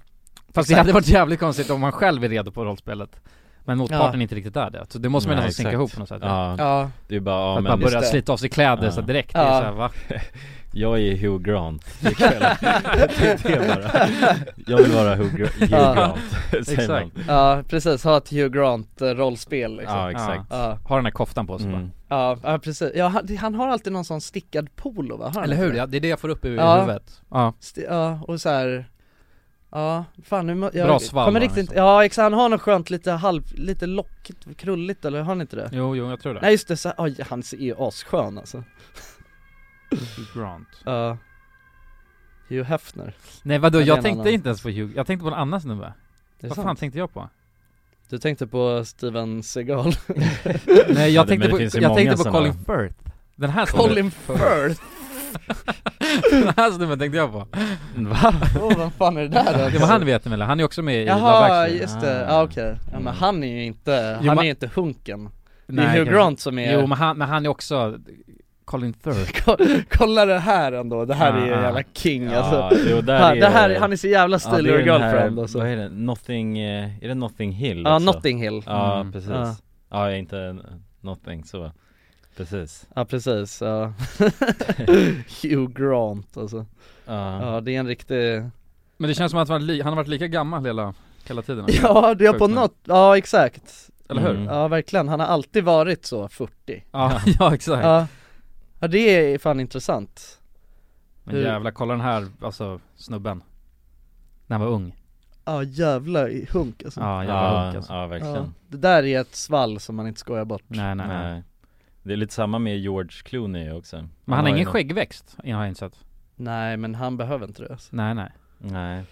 Speaker 2: Fast det hade varit jävligt konstigt om man själv är redo på rollspelet Men motparten
Speaker 1: Ja.
Speaker 2: inte riktigt är det, så det måste man
Speaker 3: Nej,
Speaker 2: nästan synka
Speaker 3: exakt.
Speaker 2: ihop på något sätt
Speaker 3: Ja.
Speaker 1: Ja.
Speaker 3: Det är bara, ja,
Speaker 2: För att
Speaker 3: men-
Speaker 2: man börjar
Speaker 3: Just det.
Speaker 2: slita av sig kläder
Speaker 3: Ja.
Speaker 2: så direkt, det är
Speaker 3: Ja.
Speaker 2: så här, va?
Speaker 3: Jag är Hugh Grant ikväll. Det är bara. Jag vill vara Hugh, Gra- Hugh Grant, säger man.
Speaker 1: Ja precis, ha ett Hugh Grant eh, rollspel liksom.
Speaker 3: Ja, exakt. Mm.
Speaker 1: Ja.
Speaker 2: Har den här koftan på sig bara
Speaker 1: Ja, ja precis, ja, han, han har alltid någon sån stickad polo va? Har han
Speaker 2: Eller
Speaker 1: inte
Speaker 2: hur? Ja, det är det jag får upp i
Speaker 1: Ja.
Speaker 2: huvudet. Ja.
Speaker 1: Sti- ja, och så här. Ja, fan nu må- jag
Speaker 2: Bra liksom. svall
Speaker 1: kommer
Speaker 2: har
Speaker 1: riktigt inte, ja exakt, han har något skönt lite halv, lite lockigt, krulligt eller har han inte det?
Speaker 2: Jo, jo, jag tror det.
Speaker 1: Nej just det, så, oj, han är ju asskön alltså
Speaker 2: Grant.
Speaker 1: Ja Hugh Hefner
Speaker 2: Nej vadå,
Speaker 1: Men det är
Speaker 2: jag
Speaker 1: en
Speaker 2: tänkte
Speaker 1: annan.
Speaker 2: inte ens på Hugh, jag tänkte på en annan snubbe.
Speaker 1: Det är
Speaker 2: Vad fan
Speaker 1: sant.
Speaker 2: tänkte jag på?
Speaker 1: Du tänkte på Steven Seagal
Speaker 2: Nej jag tänkte på, jag tänkte på Colin Firth. Den här snubben-
Speaker 1: Colin Firth?
Speaker 2: Den här snubben tänkte jag på.
Speaker 1: Va? Åh, vad fan är det där då?
Speaker 2: Ja men han vet ni väl, han är också med i Love
Speaker 1: Jaha,
Speaker 2: actually. Ah. Mm.
Speaker 1: just det, ja okej, ja, men han är ju inte,
Speaker 2: Jo,
Speaker 1: han
Speaker 2: men-
Speaker 1: är ju inte hunken Det
Speaker 2: Nej,
Speaker 1: är Hugh
Speaker 2: kanske-
Speaker 1: Grant som är
Speaker 2: Jo men han, men han är också Colin Firth.
Speaker 1: Kolla det här ändå, det här är ju
Speaker 2: Ah.
Speaker 1: jävla king
Speaker 2: Ja,
Speaker 1: alltså
Speaker 2: jo, där
Speaker 1: han,
Speaker 2: är-
Speaker 1: det här, han är så jävla
Speaker 3: Ja, det
Speaker 1: stilig
Speaker 3: är
Speaker 1: och
Speaker 3: den här-
Speaker 1: girlfriend alltså.
Speaker 3: Vad är det? Nothing, eh, är det Nothing Hill?
Speaker 1: Ja,
Speaker 3: också?
Speaker 1: Notting Hill.
Speaker 3: Ja,
Speaker 1: Mm.
Speaker 3: precis
Speaker 1: Ja.
Speaker 3: Ja, inte Nothing så, precis
Speaker 1: Ja precis, ja Hugh Grant alltså
Speaker 3: Ja.
Speaker 1: Ja det är en riktig
Speaker 2: Men det känns som att han, var li- han har varit lika gammal hela, hela tiden.
Speaker 1: Ja det är på
Speaker 2: Sjukt nog.
Speaker 1: något, ja exakt
Speaker 2: Eller hur?
Speaker 1: Ja verkligen, han har alltid varit så 40
Speaker 2: Mm. Ja, ja, exakt.
Speaker 1: ja. ja det är fan intressant
Speaker 2: Men
Speaker 1: Hur-
Speaker 2: jävlar, kolla den här, alltså snubben. När han var ung.
Speaker 1: Ja jävla i- hunk alltså
Speaker 2: Ja, jävla Ja, hunk, alltså. ja, verkligen.
Speaker 1: Det där är ett svall som man inte skojar bort
Speaker 2: Nej, nej, nej.
Speaker 3: Det är lite samma med George Clooney också Men
Speaker 2: Men han har ingen
Speaker 3: ju-
Speaker 2: skäggväxt, har jag inte sett.
Speaker 1: Nej men han behöver inte det alltså.
Speaker 2: Nej, nej.
Speaker 3: Nej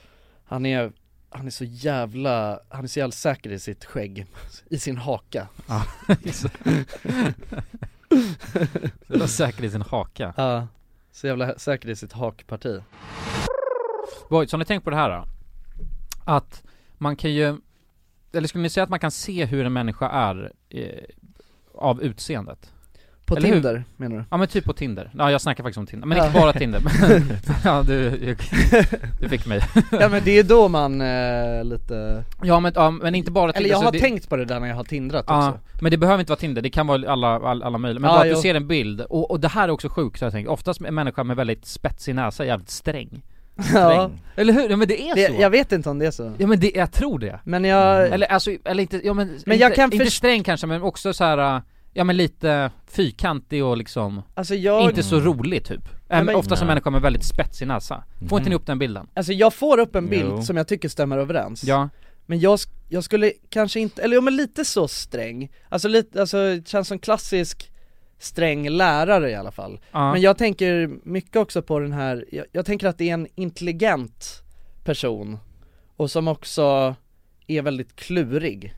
Speaker 1: Han är, han är så jävla, han är så jävla säker i sitt skägg, i sin haka
Speaker 2: Ja, exakt. Så jävla säker i sin haka.
Speaker 1: Ja, så jävla säker i sitt hakparti
Speaker 2: Boys, har ni tänkt på det här då? Att man kan ju, eller skulle ni säga att man kan se hur en människa är eh, av utseendet?
Speaker 1: På
Speaker 2: Eller hur?
Speaker 1: Tinder menar du?
Speaker 2: Ja men typ på Tinder, ja jag snackar faktiskt om Tinder, men
Speaker 1: Ja.
Speaker 2: inte bara Tinder Ja du, du fick mig
Speaker 1: Ja men det är då man eh, lite
Speaker 2: Ja men, ja, men inte bara
Speaker 1: Eller jag
Speaker 2: så
Speaker 1: har
Speaker 2: det-
Speaker 1: tänkt på det där när jag har tindrat
Speaker 2: Ja,
Speaker 1: också
Speaker 2: men det behöver inte vara Tinder, det kan vara alla, alla, alla möjliga. Men
Speaker 1: Ja,
Speaker 2: bara att
Speaker 1: jo.
Speaker 2: du ser en bild, och, och det här är också sjukt så jag tänker, oftast en människa med väldigt spetsig näsa är jävligt sträng.
Speaker 1: Ja.
Speaker 2: Eller hur? Ja, men det är
Speaker 1: Det-
Speaker 2: så.
Speaker 1: Jag vet inte om det är så
Speaker 2: Ja men det, jag tror det. Mm.
Speaker 1: Men jag,
Speaker 2: Eller alltså, eller inte, ja men,
Speaker 1: Men
Speaker 2: inte,
Speaker 1: jag kan
Speaker 2: inte
Speaker 1: först-
Speaker 2: sträng kanske men också så här. äh, ja men lite fyrkantig och liksom
Speaker 1: Alltså jag-
Speaker 2: Inte så rolig typ
Speaker 1: Nej,
Speaker 2: Äm,
Speaker 1: men-
Speaker 2: Ofta som
Speaker 1: Nej.
Speaker 2: människor med väldigt spetsig näsa Får inte ni upp den bilden?
Speaker 1: Alltså jag får upp en
Speaker 2: Mm. Jo.
Speaker 1: bild som jag tycker stämmer överens
Speaker 2: Ja.
Speaker 1: Men jag, sk- jag skulle kanske inte, eller ja, men lite så sträng Alltså lite, alltså det känns som klassisk sträng lärare i alla fall
Speaker 2: Ja.
Speaker 1: Men jag tänker mycket också på den här, jag, jag tänker att det är en intelligent person Och som också är väldigt klurig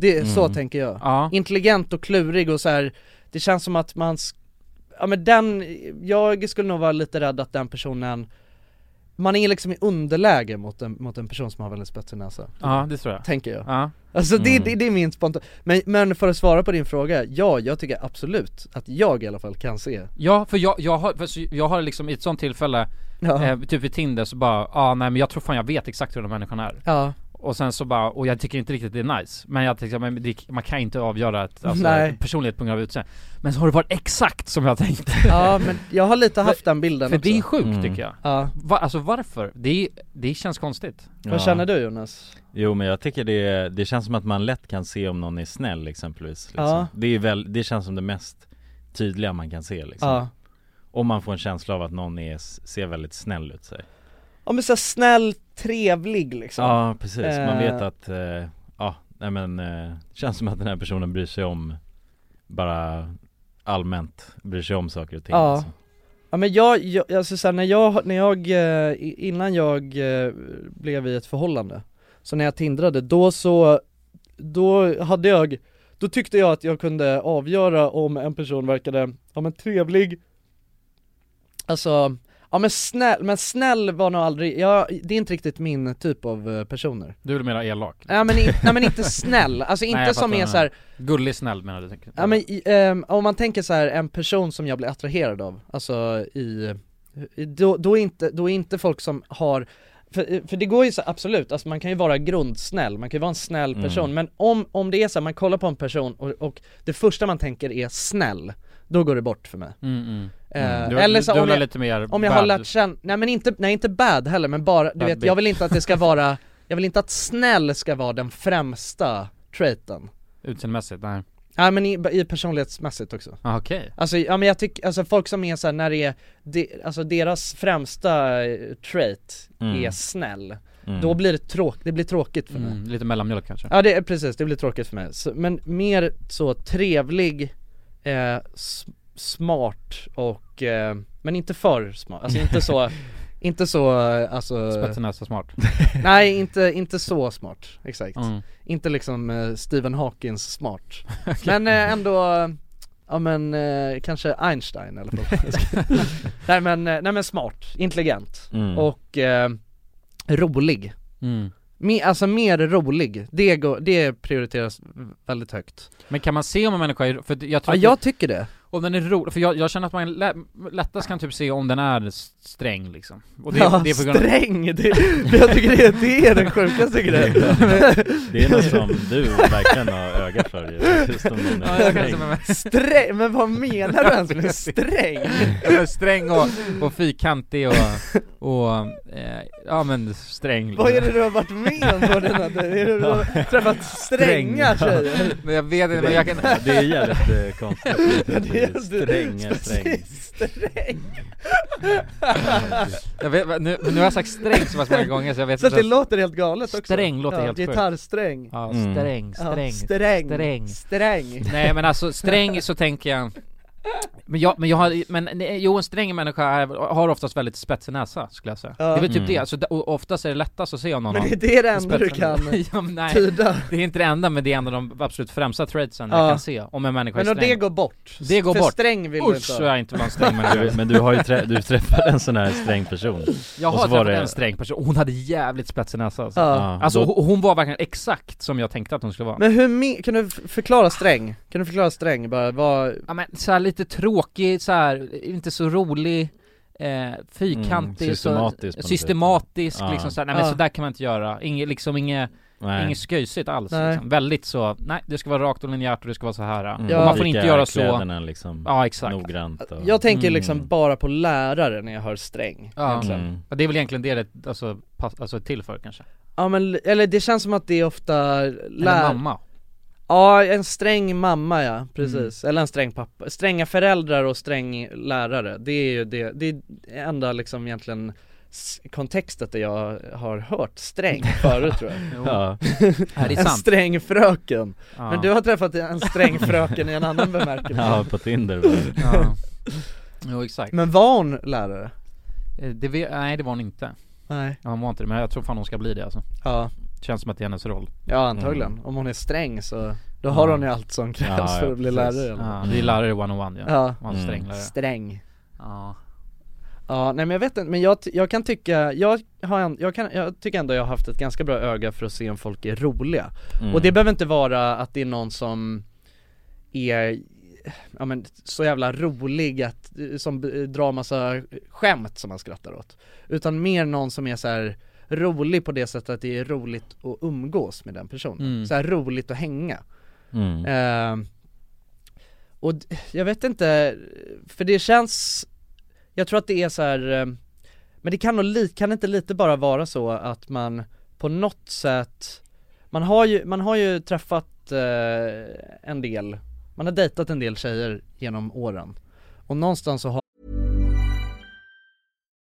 Speaker 1: det, Så
Speaker 2: Mm.
Speaker 1: tänker jag,
Speaker 2: Ja.
Speaker 1: intelligent och klurig och så här. det känns som att man sk- Ja men den, jag skulle nog vara lite rädd att den personen man är liksom i underläge mot en, mot en person som har väldigt spetsig näsa
Speaker 2: Ja, det tror jag.
Speaker 1: Tänker jag
Speaker 2: Ja.
Speaker 1: Alltså det,
Speaker 2: Mm.
Speaker 1: det, det är min spontana, men, men för att svara på din fråga, ja jag tycker absolut att jag i alla fall kan se
Speaker 2: Ja, för jag, jag, har, för så- jag har liksom i ett sånt tillfälle,
Speaker 1: Ja.
Speaker 2: eh, typ vid Tinder så bara, ja ah, nej men jag tror fan jag vet exakt hur de människorna är
Speaker 1: Ja.
Speaker 2: Och sen så bara, och jag tycker inte riktigt det är nice Men jag tycker, men det, man kan inte avgöra ett, alltså,
Speaker 1: Nej.
Speaker 2: personlighet på grund av utseende Men så har det varit exakt som jag tänkte
Speaker 1: Ja men jag har lite haft den bilden
Speaker 2: För
Speaker 1: också.
Speaker 2: det är sjukt tycker jag
Speaker 1: ja.
Speaker 2: Va, Alltså varför? Det, är- det känns konstigt
Speaker 1: Vad känner du Jonas?
Speaker 10: Jo men jag tycker det, det känns som att man lätt kan se om någon är snäll exempelvis liksom.
Speaker 1: Ja.
Speaker 10: det, är väl, det känns som det mest tydliga man kan se liksom.
Speaker 1: Ja.
Speaker 10: Om man får en känsla av att någon är, ser väldigt snäll ut sig
Speaker 1: Ja men så här snäll, trevlig liksom
Speaker 10: Ja precis, man vet
Speaker 1: Eh,
Speaker 10: att, eh, ja nej men eh, känns som att den här personen bryr sig om bara allmänt, bryr sig om saker och ting
Speaker 1: Ja.
Speaker 10: liksom.
Speaker 1: Ja men jag, jag alltså så här, när jag, när jag, eh, i- innan jag eh, blev i ett förhållande, så när jag tindrade, då så, då hade jag, då tyckte jag att jag kunde avgöra om en person verkade, ja men trevlig, alltså, ja men snäll, men snäll var nog aldrig, jag, det är inte riktigt min typ av eh, personer
Speaker 2: Du är väl mera elak?
Speaker 1: Ja men, i, nej, men inte snäll, alltså inte
Speaker 2: Nej, jag
Speaker 1: som
Speaker 2: fattar.
Speaker 1: är så här,
Speaker 2: Gullig snäll menar du? tänker jag.
Speaker 1: Ja men i, ehm, om man tänker så här en person som jag blir attraherad av, alltså i, i då, då, är inte, då är inte folk som har för, för det går ju så, absolut, alltså man kan ju vara grundsnäll, man kan ju vara en snäll
Speaker 11: Mm.
Speaker 1: person Men om, om det är så här, man kollar på en person och, och det första man tänker är snäll, då går det bort för mig
Speaker 2: Mm, mm.
Speaker 1: Eh,
Speaker 2: Mm. Du-
Speaker 1: Eller så
Speaker 2: du
Speaker 1: om
Speaker 2: vill ha
Speaker 1: jag,
Speaker 2: lite mer
Speaker 1: om jag har
Speaker 2: bad.
Speaker 1: lärt känna, nej men inte, nej inte bad heller men bara, du
Speaker 2: Bad
Speaker 1: vet jag vill
Speaker 2: bitch.
Speaker 1: inte att det ska vara, jag vill inte att snäll ska vara den främsta traiten
Speaker 2: Utseendemässigt, nej
Speaker 1: Ja men i, i personlighetsmässigt också
Speaker 2: ah, Okej
Speaker 1: Alltså, ja men jag tycker, alltså folk som är såhär när det är, de, alltså deras främsta eh, trait
Speaker 2: Mm.
Speaker 1: är snäll
Speaker 2: Mm.
Speaker 1: Då blir det tråkigt, det blir tråkigt för mig
Speaker 2: mm, Lite mellanmjölk kanske?
Speaker 1: Ja det är precis, det blir tråkigt för mig så, Men mer så trevlig, eh, s- smart och, eh, men inte för smart, alltså inte så Inte så, eh, alltså
Speaker 2: Spetsen är så smart
Speaker 1: Nej inte, inte så smart, exakt
Speaker 2: Mm.
Speaker 1: Inte liksom eh, Stephen Hawkins smart Men eh, ändå, eh, ja men eh, kanske Einstein eller vad nej, men, eh, nej men smart, intelligent
Speaker 2: Mm.
Speaker 1: och eh, rolig
Speaker 2: Mm.
Speaker 1: Me, Alltså mer rolig, det, går, det prioriteras väldigt högt
Speaker 2: Men kan man se om en människa är för jag
Speaker 1: Ja
Speaker 2: tror
Speaker 1: jag tycker det
Speaker 2: Om den är rolig, för jag, jag känner att man lä, lättast kan typ se om den är sträng liksom och
Speaker 1: Ja, sträng! Det, jag tycker det, det är den sjukaste grejen
Speaker 10: Det är något som du verkligen har öga för ju, just om någon
Speaker 2: Ja, jag
Speaker 10: är
Speaker 2: kanske med mig.
Speaker 1: Sträng, men vad menar du ens med sträng?
Speaker 2: Ja, sträng och, och fyrkantig och, och eh, ja men sträng liksom.
Speaker 1: Vad är det du har varit med om på den här, är det du har träffat stränga tjejer?
Speaker 2: Men jag vet inte, men jag kan
Speaker 10: Det är jävligt eh, konstigt
Speaker 1: Det är-
Speaker 10: Stränga, sträng
Speaker 1: Sträng!
Speaker 2: jag vet, nu, nu har jag sagt sträng så pass många gånger så jag vet
Speaker 1: Så att det
Speaker 2: inte
Speaker 1: låter helt galet också
Speaker 2: Sträng låter
Speaker 1: ja,
Speaker 2: helt sjukt.
Speaker 1: Gitarrsträng
Speaker 2: Ja, sträng,
Speaker 1: Ja,
Speaker 2: sträng,
Speaker 1: sträng,
Speaker 2: sträng.
Speaker 1: sträng.
Speaker 2: Nej men alltså sträng så tänker jag men jag, men jag har, men nej, jo en sträng människa är, har oftast väldigt spetsig näsa skulle jag säga
Speaker 1: Ja.
Speaker 2: Det är väl typ
Speaker 1: Mm.
Speaker 2: det, alltså, d- och oftast är det lättast att se om någon
Speaker 1: Men
Speaker 2: har
Speaker 1: det är det det enda du
Speaker 2: spetsig
Speaker 1: kan
Speaker 2: näsa. ja, men nej,
Speaker 1: tyda.
Speaker 2: Det är inte det enda men det är en av de absolut främsta traitsen
Speaker 1: Ja.
Speaker 2: jag kan se om en människa
Speaker 1: Men
Speaker 2: är
Speaker 1: och
Speaker 2: sträng
Speaker 1: det går bort
Speaker 2: Det går
Speaker 1: För
Speaker 2: bort.
Speaker 1: sträng vill du
Speaker 2: Usch,
Speaker 1: inte
Speaker 2: så jag inte var en sträng människa
Speaker 10: Du- Men du har ju trä, du träffade en sån här sträng person
Speaker 2: Jag
Speaker 10: Och
Speaker 2: har
Speaker 10: så var
Speaker 2: träffat en sträng person, hon hade jävligt spetsig näsa alltså,
Speaker 1: Ja.
Speaker 2: alltså
Speaker 1: Ja,
Speaker 2: hon- hon var verkligen exakt som jag tänkte att hon skulle vara
Speaker 1: Men hur me- kan du f- förklara sträng? Kan du förklara sträng bara, vad,
Speaker 2: Ja men så här lite tråkig, så här, inte så rolig, eh, fyrkantig,
Speaker 10: Mm, systematisk på något
Speaker 2: så, systematisk
Speaker 10: sätt. Ja.
Speaker 2: liksom så här, nej men
Speaker 1: Ja.
Speaker 2: så där kan man inte göra, inget liksom inget
Speaker 10: Nej.
Speaker 2: Inget sköjsigt alls
Speaker 1: Nej.
Speaker 2: liksom. väldigt så, nej det ska vara rakt och linjärt och det ska vara så här.
Speaker 10: Mm.
Speaker 2: och man får
Speaker 10: Vika
Speaker 2: inte göra så
Speaker 10: kläderna liksom
Speaker 2: Ja exakt
Speaker 10: Noggrant och...
Speaker 1: jag tänker
Speaker 2: Mm.
Speaker 1: liksom bara på lärare när jag hör sträng
Speaker 2: ja.
Speaker 1: egentligen.
Speaker 10: Mm.
Speaker 2: Ja, det är väl egentligen det det alltså, pass, alltså är till för kanske
Speaker 1: Ja men, eller det känns som att det är ofta lär...
Speaker 2: Eller mamma
Speaker 1: Ja, en sträng mamma ja, precis.
Speaker 2: Mm.
Speaker 1: Eller en sträng pappa. Stränga föräldrar och sträng lärare. Det är ju det, det är enda liksom egentligen s- kontextet där jag har hört sträng förut tror jag.
Speaker 2: Ja. Ja, det är
Speaker 1: en
Speaker 2: sant.
Speaker 1: sträng fröken.
Speaker 2: Ja.
Speaker 1: Men du har träffat en sträng fröken i en annan bemärkelse.
Speaker 3: Ja, på Tinder var det.
Speaker 2: Ja. Jo exakt.
Speaker 1: Men var hon lärare?
Speaker 2: Eh, Det vet, nej det var hon inte.
Speaker 1: Nej.
Speaker 2: Ja, hon var inte det, men jag tror fan hon ska bli det alltså.
Speaker 1: Ja.
Speaker 2: Känns som att det är hennes roll.
Speaker 1: Ja antagligen, om hon är sträng så då har
Speaker 2: Ja.
Speaker 1: hon ju allt som krävs
Speaker 2: Ja, ja,
Speaker 1: för att bli
Speaker 2: precis.
Speaker 1: lärare eller?
Speaker 2: Ja,
Speaker 10: Mm.
Speaker 2: det är lärare 101 ja.
Speaker 1: Ja.
Speaker 2: Man är sträng lärare.
Speaker 1: Sträng
Speaker 2: Ja.
Speaker 1: Ja, nej men jag vet inte, men jag, ty- jag kan tycka, jag, har en, jag, kan, jag tycker ändå jag har haft ett ganska bra öga för att se om folk är roliga
Speaker 2: Mm.
Speaker 1: Och det behöver inte vara att det är någon som är, ja men så jävla rolig att, som b- drar massa skämt som man skrattar åt Utan mer någon som är så här rolig på det sättet att det är roligt att umgås med den personen,
Speaker 2: Mm.
Speaker 1: så här roligt att hänga
Speaker 10: Mm.
Speaker 1: Eh, och d- jag vet inte, för det känns, jag tror att det är så här. eh, men det kan nog li- kan inte lite bara vara så att man på något sätt, man har ju, man har ju träffat eh, en del, man har dejtat en del tjejer genom åren och någonstans så har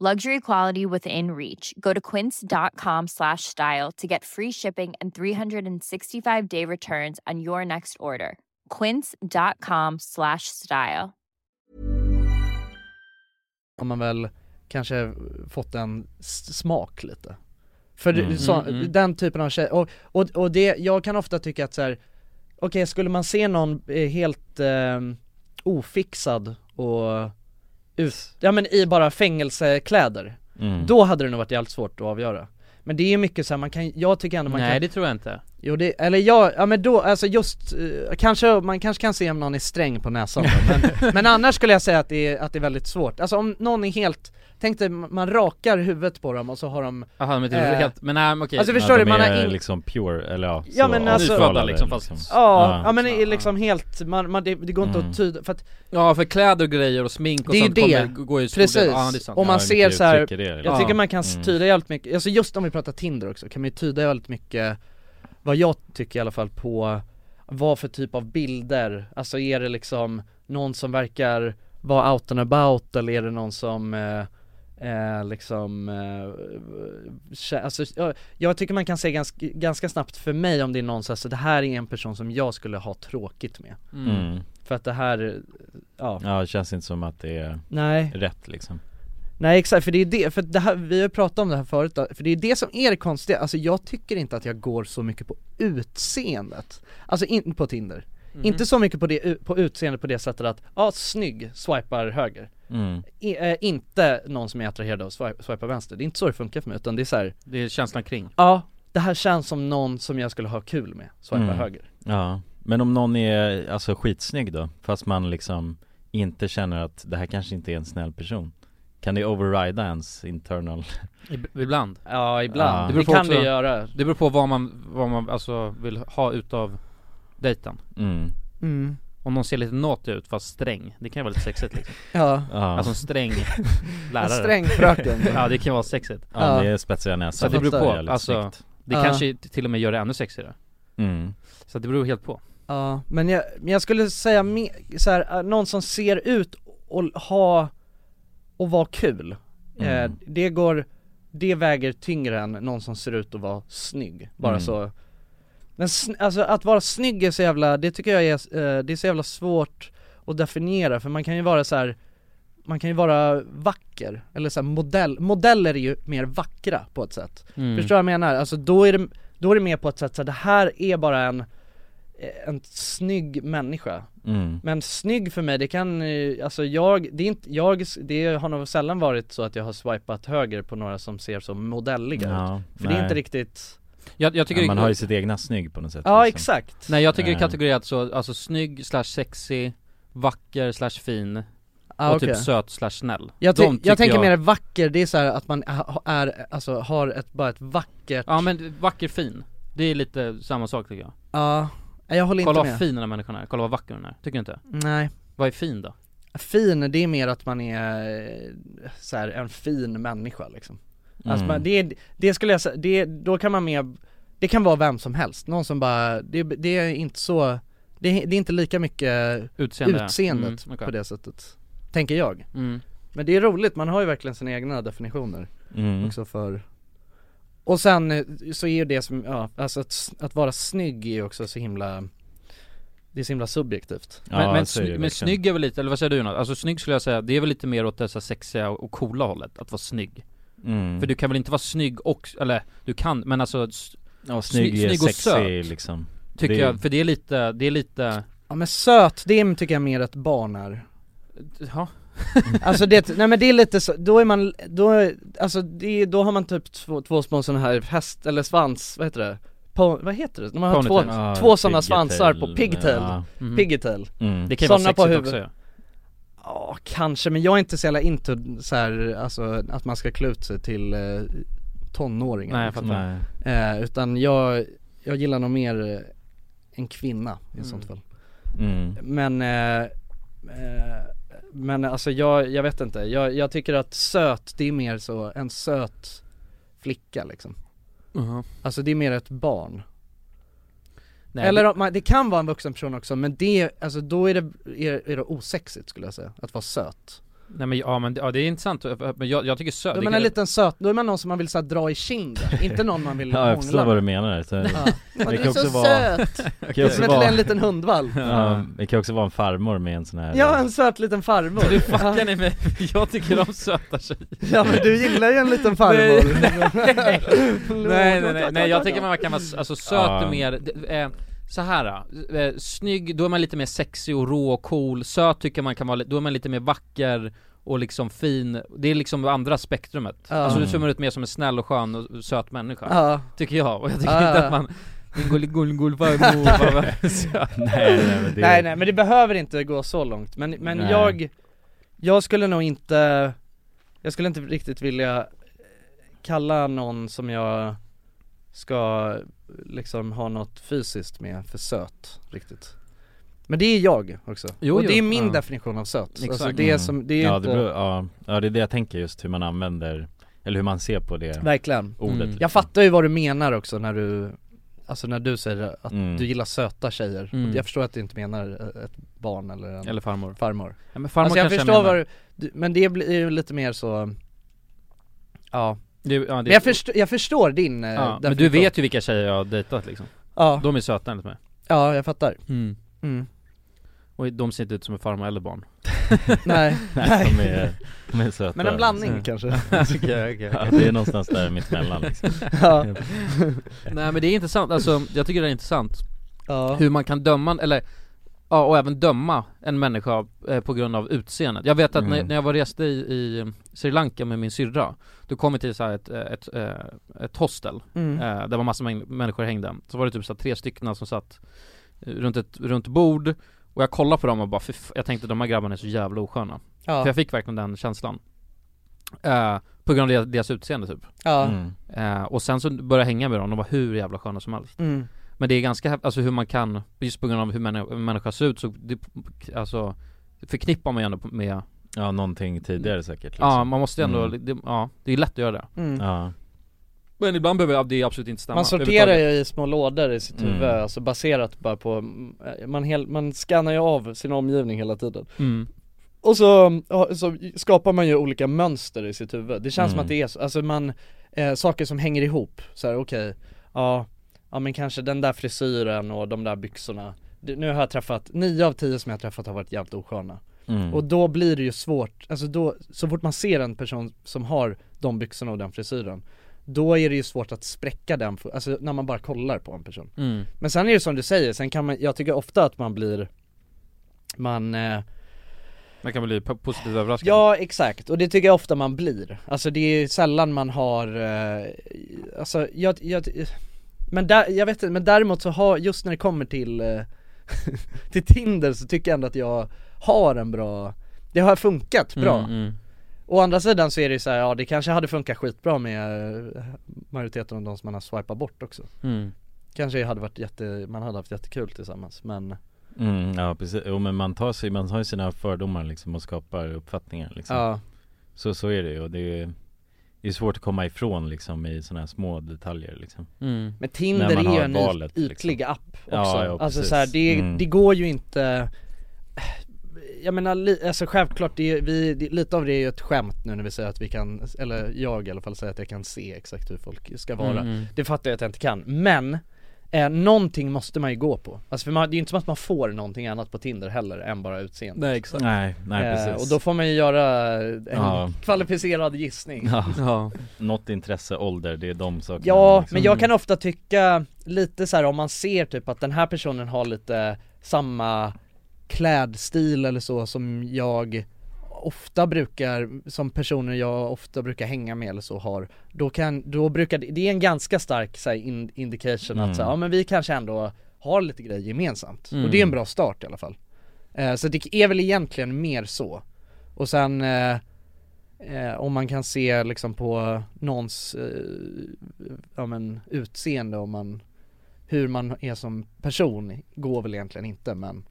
Speaker 12: Luxury quality within reach. Go to quince.com slash style to get free shipping and 365 day returns on your next order. Quince.com slash style.
Speaker 1: har man väl kanske fått en s- smak lite För det-
Speaker 11: Mm.
Speaker 1: så,
Speaker 11: Mm, mm.
Speaker 1: den typen av tjejer, och, och, och det, jag kan ofta tycka att så här. okej skulle man se någon eh, helt eh, ofixad och ut, ja men i bara fängelsekläder,
Speaker 2: Mm.
Speaker 1: då hade det nog varit jävligt svårt att avgöra Men det är ju mycket så här, man kan, jag tycker ändå man
Speaker 2: Nej
Speaker 1: kan
Speaker 2: det tror jag inte.
Speaker 1: Jo det, eller jag, ja men då, alltså just, eh, kanske, man kanske kan se om någon är sträng på näsan då, men, men annars skulle jag säga att det, är, att det är väldigt svårt, alltså om någon är helt, tänk dig man rakar huvudet på dem och så har de
Speaker 2: Jaha, de är typ inte
Speaker 1: eh,
Speaker 2: helt- men nej, men okej.
Speaker 1: Alltså
Speaker 2: Nej,
Speaker 1: förstår
Speaker 2: de
Speaker 1: du, man har
Speaker 2: är
Speaker 1: in,
Speaker 10: Liksom pure, eller ja,
Speaker 1: Ja
Speaker 10: så liksom.
Speaker 1: men alltså,
Speaker 10: avskalade,
Speaker 2: liksom,
Speaker 3: liksom.
Speaker 1: Ja, ja men det är liksom helt, man, man, det, det går inte
Speaker 10: Mm.
Speaker 1: att tyda, för att
Speaker 2: Ja för kläder och grejer och smink och
Speaker 1: det är ju
Speaker 2: sånt
Speaker 1: det,
Speaker 2: Kommer, går ju stor del-
Speaker 1: precis,
Speaker 2: ja, det är sant.
Speaker 1: och man
Speaker 2: Ja,
Speaker 1: ser så här,
Speaker 2: uttrycker det, eller?
Speaker 1: jag
Speaker 2: Ja.
Speaker 1: tycker man kan
Speaker 2: Mm.
Speaker 1: tyda jävligt mycket, alltså just om vi pratar Tinder också, kan man ju tyda jävligt mycket, vad jag tycker i alla fall på, vad för typ av bilder, alltså är det liksom någon som verkar vara out and about eller är det någon som eh, eh, liksom, eh, kä- alltså, jag, jag tycker man kan se ganska, ganska snabbt för mig om det är någon så här, så det här är en person som jag skulle ha tråkigt med
Speaker 10: Mm.
Speaker 1: För att det här, ja
Speaker 10: Ja det känns inte som att det är
Speaker 1: Nej.
Speaker 10: rätt liksom
Speaker 1: Nej exakt, för det är det, för det här, vi har ju pratat om det här förut, då, för det är det som är det konstiga, alltså jag tycker inte att jag går så mycket på utseendet, alltså inte på Tinder
Speaker 11: Mhm.
Speaker 1: Inte så mycket på, det, på utseendet på det sättet att, ja snygg, swipar höger
Speaker 10: Mm.
Speaker 1: I, eh, Inte någon som är attraherad av swipe, swipar vänster, det är inte så det funkar för mig utan det är så här,
Speaker 2: Det är känslan kring.
Speaker 1: ja det här känns som någon som jag skulle ha kul med, swipar
Speaker 10: Mm.
Speaker 1: höger
Speaker 10: Ja, men om någon är alltså skitsnygg då? Fast man liksom inte känner att det här kanske inte är en snäll person Kan det overrida ens internal?
Speaker 2: Ib- Ibland.
Speaker 1: Ja ibland,
Speaker 10: Ja.
Speaker 1: det,
Speaker 10: Det beror på
Speaker 1: kan
Speaker 10: också-
Speaker 1: det göra
Speaker 2: Det beror på vad man, vad man alltså vill ha utav dejten.
Speaker 10: Mm.
Speaker 1: Mm.
Speaker 2: Om någon ser lite naughty ut fast sträng, det kan ju vara lite sexigt liksom
Speaker 1: Ja.
Speaker 10: Ja.
Speaker 2: Alltså en sträng lärare
Speaker 1: En sträng fröken.
Speaker 2: Ja det kan vara sexigt
Speaker 10: Ja, det är spetsiga näsan.
Speaker 2: Så att det beror
Speaker 10: Det är
Speaker 2: på,
Speaker 10: lite
Speaker 2: alltså
Speaker 10: snyggt.
Speaker 2: Det
Speaker 1: Ja.
Speaker 2: kanske till och med gör det ännu sexigare
Speaker 10: Mm.
Speaker 2: Så att det beror helt på
Speaker 1: Ja, men jag, men jag skulle säga me- så här, eh, någon som ser ut och l- ha och vara kul
Speaker 10: Mm.
Speaker 1: eh, Det går, det väger tyngre än någon som ser ut och vara snygg, bara
Speaker 10: Mm.
Speaker 1: så Men sn- alltså att vara snygg är så jävla, det tycker jag är, s- eh, det är så jävla svårt att definiera för man kan ju vara så här. Man kan ju vara vacker, eller så här modell, modeller är ju mer vackra på ett sätt
Speaker 11: Mm.
Speaker 1: Förstår du vad jag menar? Alltså då är det, då är det mer på ett sätt så här, det här är bara en eh, en snygg människa
Speaker 10: Mm.
Speaker 1: Men snygg för mig, det kan, eh, alltså jag, det är inte, jag, det har nog sällan varit så att jag har swipat höger på några som ser så modelliga
Speaker 10: Ja,
Speaker 1: ut För det
Speaker 10: nej.
Speaker 1: är inte riktigt
Speaker 2: Jag, jag tycker
Speaker 10: ja,
Speaker 2: det-
Speaker 10: man har ju sitt egna snygg på något sätt liksom.
Speaker 1: Ja, exakt.
Speaker 2: Nej jag tycker det är
Speaker 10: Eh.
Speaker 2: kategorierat så, alltså snygg slash sexy, vacker slash fin
Speaker 1: Ah,
Speaker 2: och
Speaker 1: okej.
Speaker 2: typ söt slash snäll
Speaker 1: Jag, ty-
Speaker 2: De
Speaker 1: jag tänker
Speaker 2: jag-
Speaker 1: mer vacker, det är så här att man ha- är, alltså har ett, bara ett vackert
Speaker 2: Ja men vacker fin, det är lite samma sak tycker jag
Speaker 1: Ja, Nej, jag håller
Speaker 2: Kolla
Speaker 1: inte
Speaker 2: vad
Speaker 1: med
Speaker 2: fin den här människan är, kolla vad vacker den är, tycker du inte?
Speaker 1: Nej
Speaker 2: Vad är fin då?
Speaker 1: Fin, det är mer att man är eh, så här, en fin människa liksom alltså
Speaker 2: Mm.
Speaker 1: man, det, är- det skulle jag säga, det, då kan man mer, det kan vara vem som helst, någon som bara, det, det är inte så, det, är- det är inte lika mycket
Speaker 2: Utseende.
Speaker 1: utseendet
Speaker 2: Mm, okej.
Speaker 1: på det sättet, tänker jag
Speaker 2: Mm.
Speaker 1: Men det är roligt, man har ju verkligen sina egna definitioner
Speaker 10: Mm.
Speaker 1: också för och sen eh, så är ju det som, ja, alltså att, s- att vara snygg är ju också så himla Det är så himla subjektivt
Speaker 2: men, men, sny- men snygg är väl lite, eller vad säger du Jonas? Alltså snygg skulle jag säga, det är väl lite mer åt det så här sexiga och coola hållet, att vara snygg
Speaker 10: Mm.
Speaker 2: För du kan väl inte vara snygg och, eller du kan, men alltså s-
Speaker 10: Ja, snygg är sexy, liksom.
Speaker 2: Tycker
Speaker 10: Det är-
Speaker 2: jag, för det är lite, det är lite
Speaker 1: Ja men söt, det tycker jag mer ett barn är
Speaker 2: Ja
Speaker 1: Alltså det, nej men det är lite så, då är man, då, är- alltså det, då har man typ två, två små sådana här häst, eller svans, vad heter det? Po, vad heter det? När man har två,
Speaker 2: Ponytail. Ja,
Speaker 1: två sådana
Speaker 2: pigtail,
Speaker 1: svansar på pigtail,
Speaker 2: ja. Mhm.
Speaker 1: pigtail
Speaker 2: Mm. Det kan ju vara
Speaker 1: Sådana
Speaker 2: sexigt också,
Speaker 1: Ja kanske, men jag är inte så jävla into så här, alltså att man ska klä ut sig till eh, tonåringar
Speaker 2: Nej, jag fattar.
Speaker 1: Eh, Utan jag, jag gillar nog mer eh, en kvinna i
Speaker 2: Mm.
Speaker 1: sånt fall
Speaker 10: Mm.
Speaker 1: men, eh, eh, men alltså jag, jag vet inte, jag, jag tycker att söt, det är mer så, en söt flicka liksom
Speaker 2: Mhm.
Speaker 1: Alltså det är mer ett barn
Speaker 2: Nej,
Speaker 1: Eller
Speaker 2: det-
Speaker 1: om man, det kan vara en vuxen person också men det, alltså då är det, är, är det osexigt skulle jag säga, att vara söt
Speaker 2: Nej men ja men ja, det är intressant, men jag, jag tycker söt
Speaker 1: Då är
Speaker 2: det
Speaker 1: man
Speaker 2: kan-
Speaker 1: en liten söt, då är man någon som man vill så här, dra i kinden, inte någon man vill
Speaker 10: Ja jag förstår
Speaker 1: hångla
Speaker 10: vad
Speaker 1: med.
Speaker 10: du menar så,
Speaker 1: Ja. Men du är så söt.
Speaker 10: det kan
Speaker 1: Som
Speaker 10: också
Speaker 1: ett-
Speaker 10: vara-
Speaker 1: en liten hundvalp.
Speaker 10: Ja, det kan också vara en farmor med en sån här
Speaker 1: Ja en söt liten farmor
Speaker 2: Du fuckar ni mig, jag tycker om söta tjejer
Speaker 1: Ja men du gillar ju en liten farmor
Speaker 2: Nej nej nej, nej, nej jag tycker man kan vara, s- alltså söt
Speaker 10: Ja.
Speaker 2: är mer, det- eh, så här då. eh, snygg, då är man lite mer sexig och rå och cool, söt tycker man kan vara, li- då är man lite mer vacker och liksom fin, det är liksom andra spektrumet
Speaker 1: Ja.
Speaker 2: Alltså du ser ut mer som en snäll och skön och och söt människa
Speaker 1: Ja.
Speaker 2: Tycker jag, och jag tycker
Speaker 1: Ja, ja,
Speaker 2: inte
Speaker 1: ja.
Speaker 2: att man Min gulligullgull farmor, vad- vad- söt.
Speaker 1: nej, nej men det behöver inte gå så långt men, men
Speaker 2: Nej.
Speaker 1: jag Jag skulle nog inte Jag skulle inte riktigt vilja Kalla någon som jag Ska liksom ha något fysiskt med för söt riktigt Men det är jag också,
Speaker 10: Jo,
Speaker 1: och det
Speaker 10: jo,
Speaker 1: är min
Speaker 10: ja.
Speaker 1: definition av söt alltså
Speaker 10: Exakt.
Speaker 1: det är
Speaker 10: Mm.
Speaker 1: som, det är
Speaker 10: ja,
Speaker 1: inte
Speaker 10: det beror, ja, ja det är det jag tänker just hur man använder Eller hur man ser på det
Speaker 1: Verkligen.
Speaker 10: ordet
Speaker 1: Mm.
Speaker 10: liksom.
Speaker 1: Jag fattar ju vad du menar också när du Alltså när du säger att
Speaker 10: Mm.
Speaker 1: du gillar söta tjejer.
Speaker 2: Mm.
Speaker 1: Jag förstår att du inte menar eh, ett barn eller en
Speaker 2: Eller farmor.
Speaker 1: farmor.
Speaker 2: Ja, men farmor
Speaker 1: alltså jag
Speaker 2: kanske jag
Speaker 1: förstår vad
Speaker 2: menar.
Speaker 1: du, du, men det blir ju lite mer så Ja,
Speaker 2: Det- ja, det-
Speaker 1: Men jag, förstår, jag förstår din eh,
Speaker 2: ja, Men du
Speaker 1: definition.
Speaker 2: vet ju vilka tjejer jag har dejtat liksom
Speaker 1: Ja.
Speaker 2: De är söta enligt mig
Speaker 1: Ja, jag fattar
Speaker 2: Mm.
Speaker 1: Mm.
Speaker 2: Och de ser inte ut som en farmor eller barn
Speaker 1: Nej. Nej,
Speaker 10: de är- de är söta. Men en blandning
Speaker 2: Mm.
Speaker 1: kanske.
Speaker 2: Okej, okej, okej.
Speaker 10: Ja, det är någonstans där mittemellan, liksom.
Speaker 1: Ja.
Speaker 2: Nej men det är intressant, alltså jag tycker det är intressant
Speaker 1: Ja.
Speaker 2: Hur man kan döma, eller Ja och även döma en människa eh, på grund av utseendet Jag vet att när,
Speaker 11: Mm.
Speaker 2: när jag var reste i, i Sri Lanka med min syrra Då kom vi till så här ett, eh, ett, eh, ett hostel
Speaker 11: Mm.
Speaker 2: eh, Där var massa mäng- människor hängde Så var det typ så här tre stycken som satt eh, runt ett runt bord Och jag kollade på dem och bara "Fy f- jag tänkte de här grabbarna är så jävla osköna
Speaker 1: Ja.
Speaker 2: För jag fick verkligen den känslan eh, På grund av deras- deras utseende typ
Speaker 1: Ja.
Speaker 2: Eh, och sen så började jag hänga med dem, de var hur jävla sköna som helst
Speaker 1: Mm.
Speaker 2: Men det är ganska, häft- alltså hur man kan, just på grund av hur människa, hur människa ser ut så, det, alltså förknippar man ju ändå med
Speaker 10: Ja, någonting tidigare säkert
Speaker 2: Ja,
Speaker 10: liksom.
Speaker 2: man måste ju ändå,
Speaker 10: Mm.
Speaker 2: det, ja, det är lätt att göra det
Speaker 1: Mm.
Speaker 10: Ja.
Speaker 2: Men ibland behöver jag- det absolut inte stämma
Speaker 1: Man sorterar ju i små lådor i sitt
Speaker 2: Mm.
Speaker 1: huvud, alltså baserat bara på, mm, man, hel, man scannar ju av sin omgivning hela tiden
Speaker 2: Mm.
Speaker 1: Och så, ja, så skapar man ju olika mönster i sitt huvud, det känns som
Speaker 2: Mm.
Speaker 1: att det är så, alltså man, eh, saker som hänger ihop, så här, okej, ja, ja men kanske den där frisyren och de där byxorna Det- Nu har jag träffat, nio av tio som jag har träffat har varit jävligt osköna
Speaker 10: Mm.
Speaker 1: Och då blir det ju svårt, alltså då, så fort man ser en person som har de byxorna och den frisyren Då är det ju svårt att spräcka den, för- alltså när man bara kollar på en person
Speaker 2: Mm.
Speaker 1: Men sen är det som du säger, sen kan man, jag tycker ofta att man blir Man eh,
Speaker 2: Man kan bli po- positivt överraskad
Speaker 1: Ja exakt, och det tycker jag ofta man blir. Alltså det är ju sällan man har, eh, alltså jag, jag men, där, jag vet inte, men däremot så har, just när det kommer till, eh, till Tinder så tycker jag ändå att jag har en bra, det har funkat bra.
Speaker 2: Mm, mm.
Speaker 1: Å andra sidan så är det ju så här, ja det kanske hade funkat skitbra med eh, majoriteten av de som man har swipat bort också.
Speaker 2: Mm.
Speaker 1: Kanske hade varit jätte, man hade haft jättekul tillsammans men
Speaker 10: Mm, ja precis, jo, men man, tar sig, man har ju sina fördomar liksom och skapar uppfattningar liksom.
Speaker 1: Ja.
Speaker 10: så, så är det ju och det är, det är svårt att komma ifrån liksom i sådana här små detaljer liksom
Speaker 2: Mm.
Speaker 1: Men Tinder
Speaker 10: När man
Speaker 1: är ju
Speaker 10: har
Speaker 1: en
Speaker 10: valet, liksom.
Speaker 1: yt- ytlig app också,
Speaker 10: Ja, ja,
Speaker 1: alltså
Speaker 10: precis.
Speaker 1: så här, det,
Speaker 10: Mm.
Speaker 1: det går ju inte Jag menar, li, alltså självklart, det, är- vi, det, lite av det är ju ett skämt nu när vi säger att vi kan, eller jag i alla fall säger att jag kan se exakt hur folk ska vara
Speaker 2: Mm, mm.
Speaker 1: Det fattar jag att jag inte kan, men eh, någonting måste man ju gå på, alltså för man, det är ju inte som att man får någonting annat på Tinder heller än bara utseendet Eh,
Speaker 2: Nej, exakt.
Speaker 10: Nej, nej, precis.
Speaker 1: Och då får man ju göra en
Speaker 10: Ja.
Speaker 1: kvalificerad gissning
Speaker 10: Ja. Något intresse, ålder, det är de sakerna
Speaker 1: Ja,
Speaker 10: liksom.
Speaker 1: men jag kan ofta tycka lite så här om man ser typ att den här personen har lite samma klädstil eller så som jag ofta brukar, som personer jag ofta brukar hänga med eller så har Då kan, då brukar det, det är en ganska stark så här, in, indication
Speaker 2: Mm.
Speaker 1: att så här, ja men vi kanske ändå har lite grejer gemensamt
Speaker 2: Mm.
Speaker 1: och det är en bra start i alla fall eh, Så det är väl egentligen mer så Och sen eh, Eh, om man kan se liksom på någons, eh, ja men utseende om man, hur man är som person går väl egentligen inte men
Speaker 10: Mm.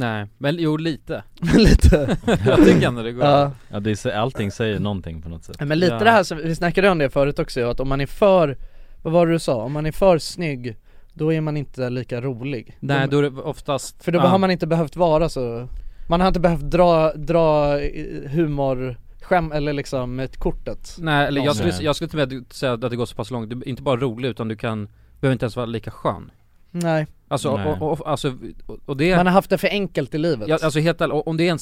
Speaker 2: Nej, men jo lite
Speaker 1: Lite
Speaker 2: Jag tycker ändå det går
Speaker 1: Ja.
Speaker 10: Ja, det är, allting säger någonting på något sätt
Speaker 1: Nej, Men lite
Speaker 2: Ja.
Speaker 1: det här som, vi snackade om det förut också att om man är för, vad var det du sa? Om man är för snygg då är man inte lika rolig
Speaker 2: Nej
Speaker 1: Om-
Speaker 2: då är det oftast
Speaker 1: För då
Speaker 2: ja.
Speaker 1: har man inte behövt vara så, man har inte behövt dra, dra eh, humor skäm eller liksom ett kortet
Speaker 2: Nej eller jag skulle,
Speaker 1: Någonstans.
Speaker 2: jag skulle till och med säga att det går så pass långt, du är inte bara rolig utan du kan, behöver inte ens vara lika skön
Speaker 1: Nej
Speaker 2: Alltså,
Speaker 1: Nej.
Speaker 2: Och, och, alltså, och- och det
Speaker 1: Man har haft det för enkelt i livet
Speaker 2: ja, Alltså helt ärligt, om det är en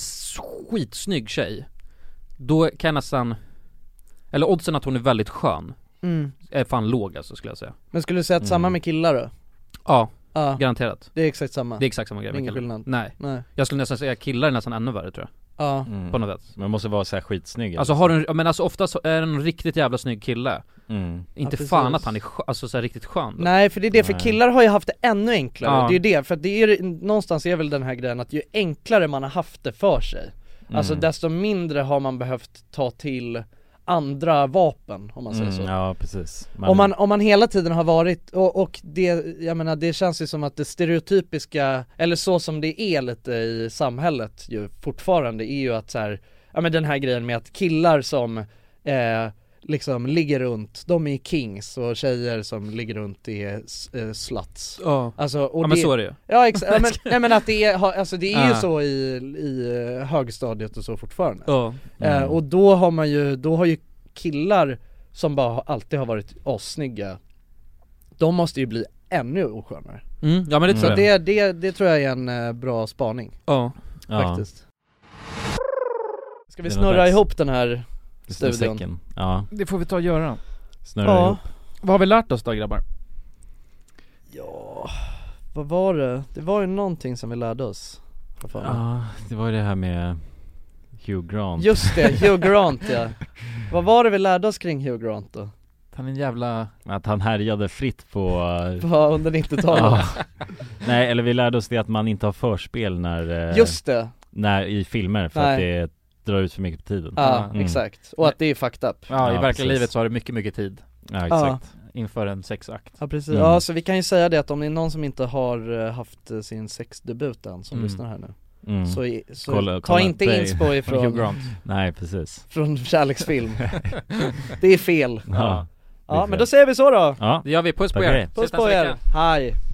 Speaker 2: skitsnygg tjej Då kan jag nästan, eller oddsen att hon är väldigt skön
Speaker 1: Mm.
Speaker 2: Är fan låg alltså skulle jag säga
Speaker 1: Men skulle du säga att samma med killar då?
Speaker 2: Ja,
Speaker 1: Ja.
Speaker 2: garanterat
Speaker 1: Det är exakt samma
Speaker 2: Det är exakt samma grej med
Speaker 1: Ingen
Speaker 2: killar.
Speaker 1: skillnad
Speaker 2: Nej.
Speaker 1: Nej
Speaker 2: Jag skulle nästan säga att killar är nästan ännu värre tror jag
Speaker 1: Ja.
Speaker 10: Mm.
Speaker 2: På något sätt
Speaker 10: Man måste vara så här skitsnygg
Speaker 2: Alltså har du, en- ja, men alltså oftast är det en riktigt jävla snygg kille
Speaker 10: Mm.
Speaker 2: Inte
Speaker 1: Ja,
Speaker 2: fan
Speaker 1: precis.
Speaker 2: att han är skö- alltså så här, riktigt skön då.
Speaker 1: Nej för det är det, för
Speaker 2: Nej.
Speaker 1: killar har ju haft det ännu enklare,
Speaker 2: Ja.
Speaker 1: det är ju det, för att det är någonstans är väl den här grejen att ju enklare man har haft det för sig Alltså
Speaker 10: Mm.
Speaker 1: desto mindre har man behövt ta till andra vapen om man säger så
Speaker 10: Mm, Ja, precis
Speaker 1: Om, man, om man hela tiden har varit, och, och det, jag menar det känns ju som att det stereotypiska, eller så som det är lite i samhället ju fortfarande är ju att så här, ja men den här grejen med att killar som eh, liksom ligger runt, de är kings och tjejer som ligger runt är s- eh, sluts
Speaker 2: Ja.
Speaker 1: alltså, och
Speaker 2: Ja, men så är det ju.
Speaker 1: Ja exakt, ja, men, nej, men att det är, ha- alltså det är ju
Speaker 2: Ja.
Speaker 1: så i, i eh, högstadiet och så fortfarande
Speaker 2: Ja.
Speaker 1: eh,
Speaker 2: Mm.
Speaker 1: Och då har man ju, då har ju killar som bara har- alltid har varit assnygga De måste ju bli ännu oskönare
Speaker 2: Mm, ja, men det tror
Speaker 1: Så
Speaker 2: jag.
Speaker 1: det, det, det tror jag är en eh, bra spaning
Speaker 2: Ja.
Speaker 1: Faktiskt Ska vi
Speaker 10: Det var
Speaker 1: snurra
Speaker 10: dags.
Speaker 1: ihop den här
Speaker 10: Snurrsäcken.
Speaker 1: studion?
Speaker 10: Ja,
Speaker 2: Det får vi ta och göra
Speaker 10: snurrar ja. ihop
Speaker 2: Vad har vi lärt oss då grabbar?
Speaker 1: Ja, vad var det? Det var ju någonting som vi lärde oss Vad fan?
Speaker 10: Ja, det var ju det här med Hugh Grant
Speaker 1: Just det, Hugh Grant ja Vad var det vi lärde oss kring Hugh Grant då?
Speaker 2: Han är en jävla
Speaker 10: Att han härjade fritt på...
Speaker 1: På- under 90-talet.
Speaker 10: Nej, eller vi lärde oss det att man inte har förspel när... eh,
Speaker 1: Just det.
Speaker 10: När, i filmer, för
Speaker 1: Nej.
Speaker 10: att det drar ut för mycket på tiden
Speaker 1: Ja,
Speaker 10: Mm.
Speaker 1: exakt, och att det är fucked up
Speaker 2: Ja, i verkliga
Speaker 10: precis.
Speaker 2: livet så har det mycket, mycket tid
Speaker 10: Ja, exakt.
Speaker 2: inför en sexakt
Speaker 1: Ja precis,
Speaker 2: Mm.
Speaker 1: ja så vi kan ju säga det att om det är någon som inte har eh, haft eh, sin sexdebut än som
Speaker 2: Mm.
Speaker 1: lyssnar här nu
Speaker 2: Mm.
Speaker 1: Så, i- så
Speaker 2: Kolla-
Speaker 1: ta
Speaker 2: kolla
Speaker 1: inte
Speaker 2: på dig.
Speaker 1: inspo
Speaker 2: Från
Speaker 1: ifrån
Speaker 2: Hugh Grant.
Speaker 3: Nej, precis.
Speaker 1: Från kärleksfilm Det är fel
Speaker 3: Ja, det är
Speaker 1: Ja men
Speaker 3: fel.
Speaker 1: då säger vi så då
Speaker 3: Ja.
Speaker 2: Det gör vi, puss på
Speaker 3: Tack för
Speaker 2: er!
Speaker 3: det.
Speaker 1: Puss på er, hej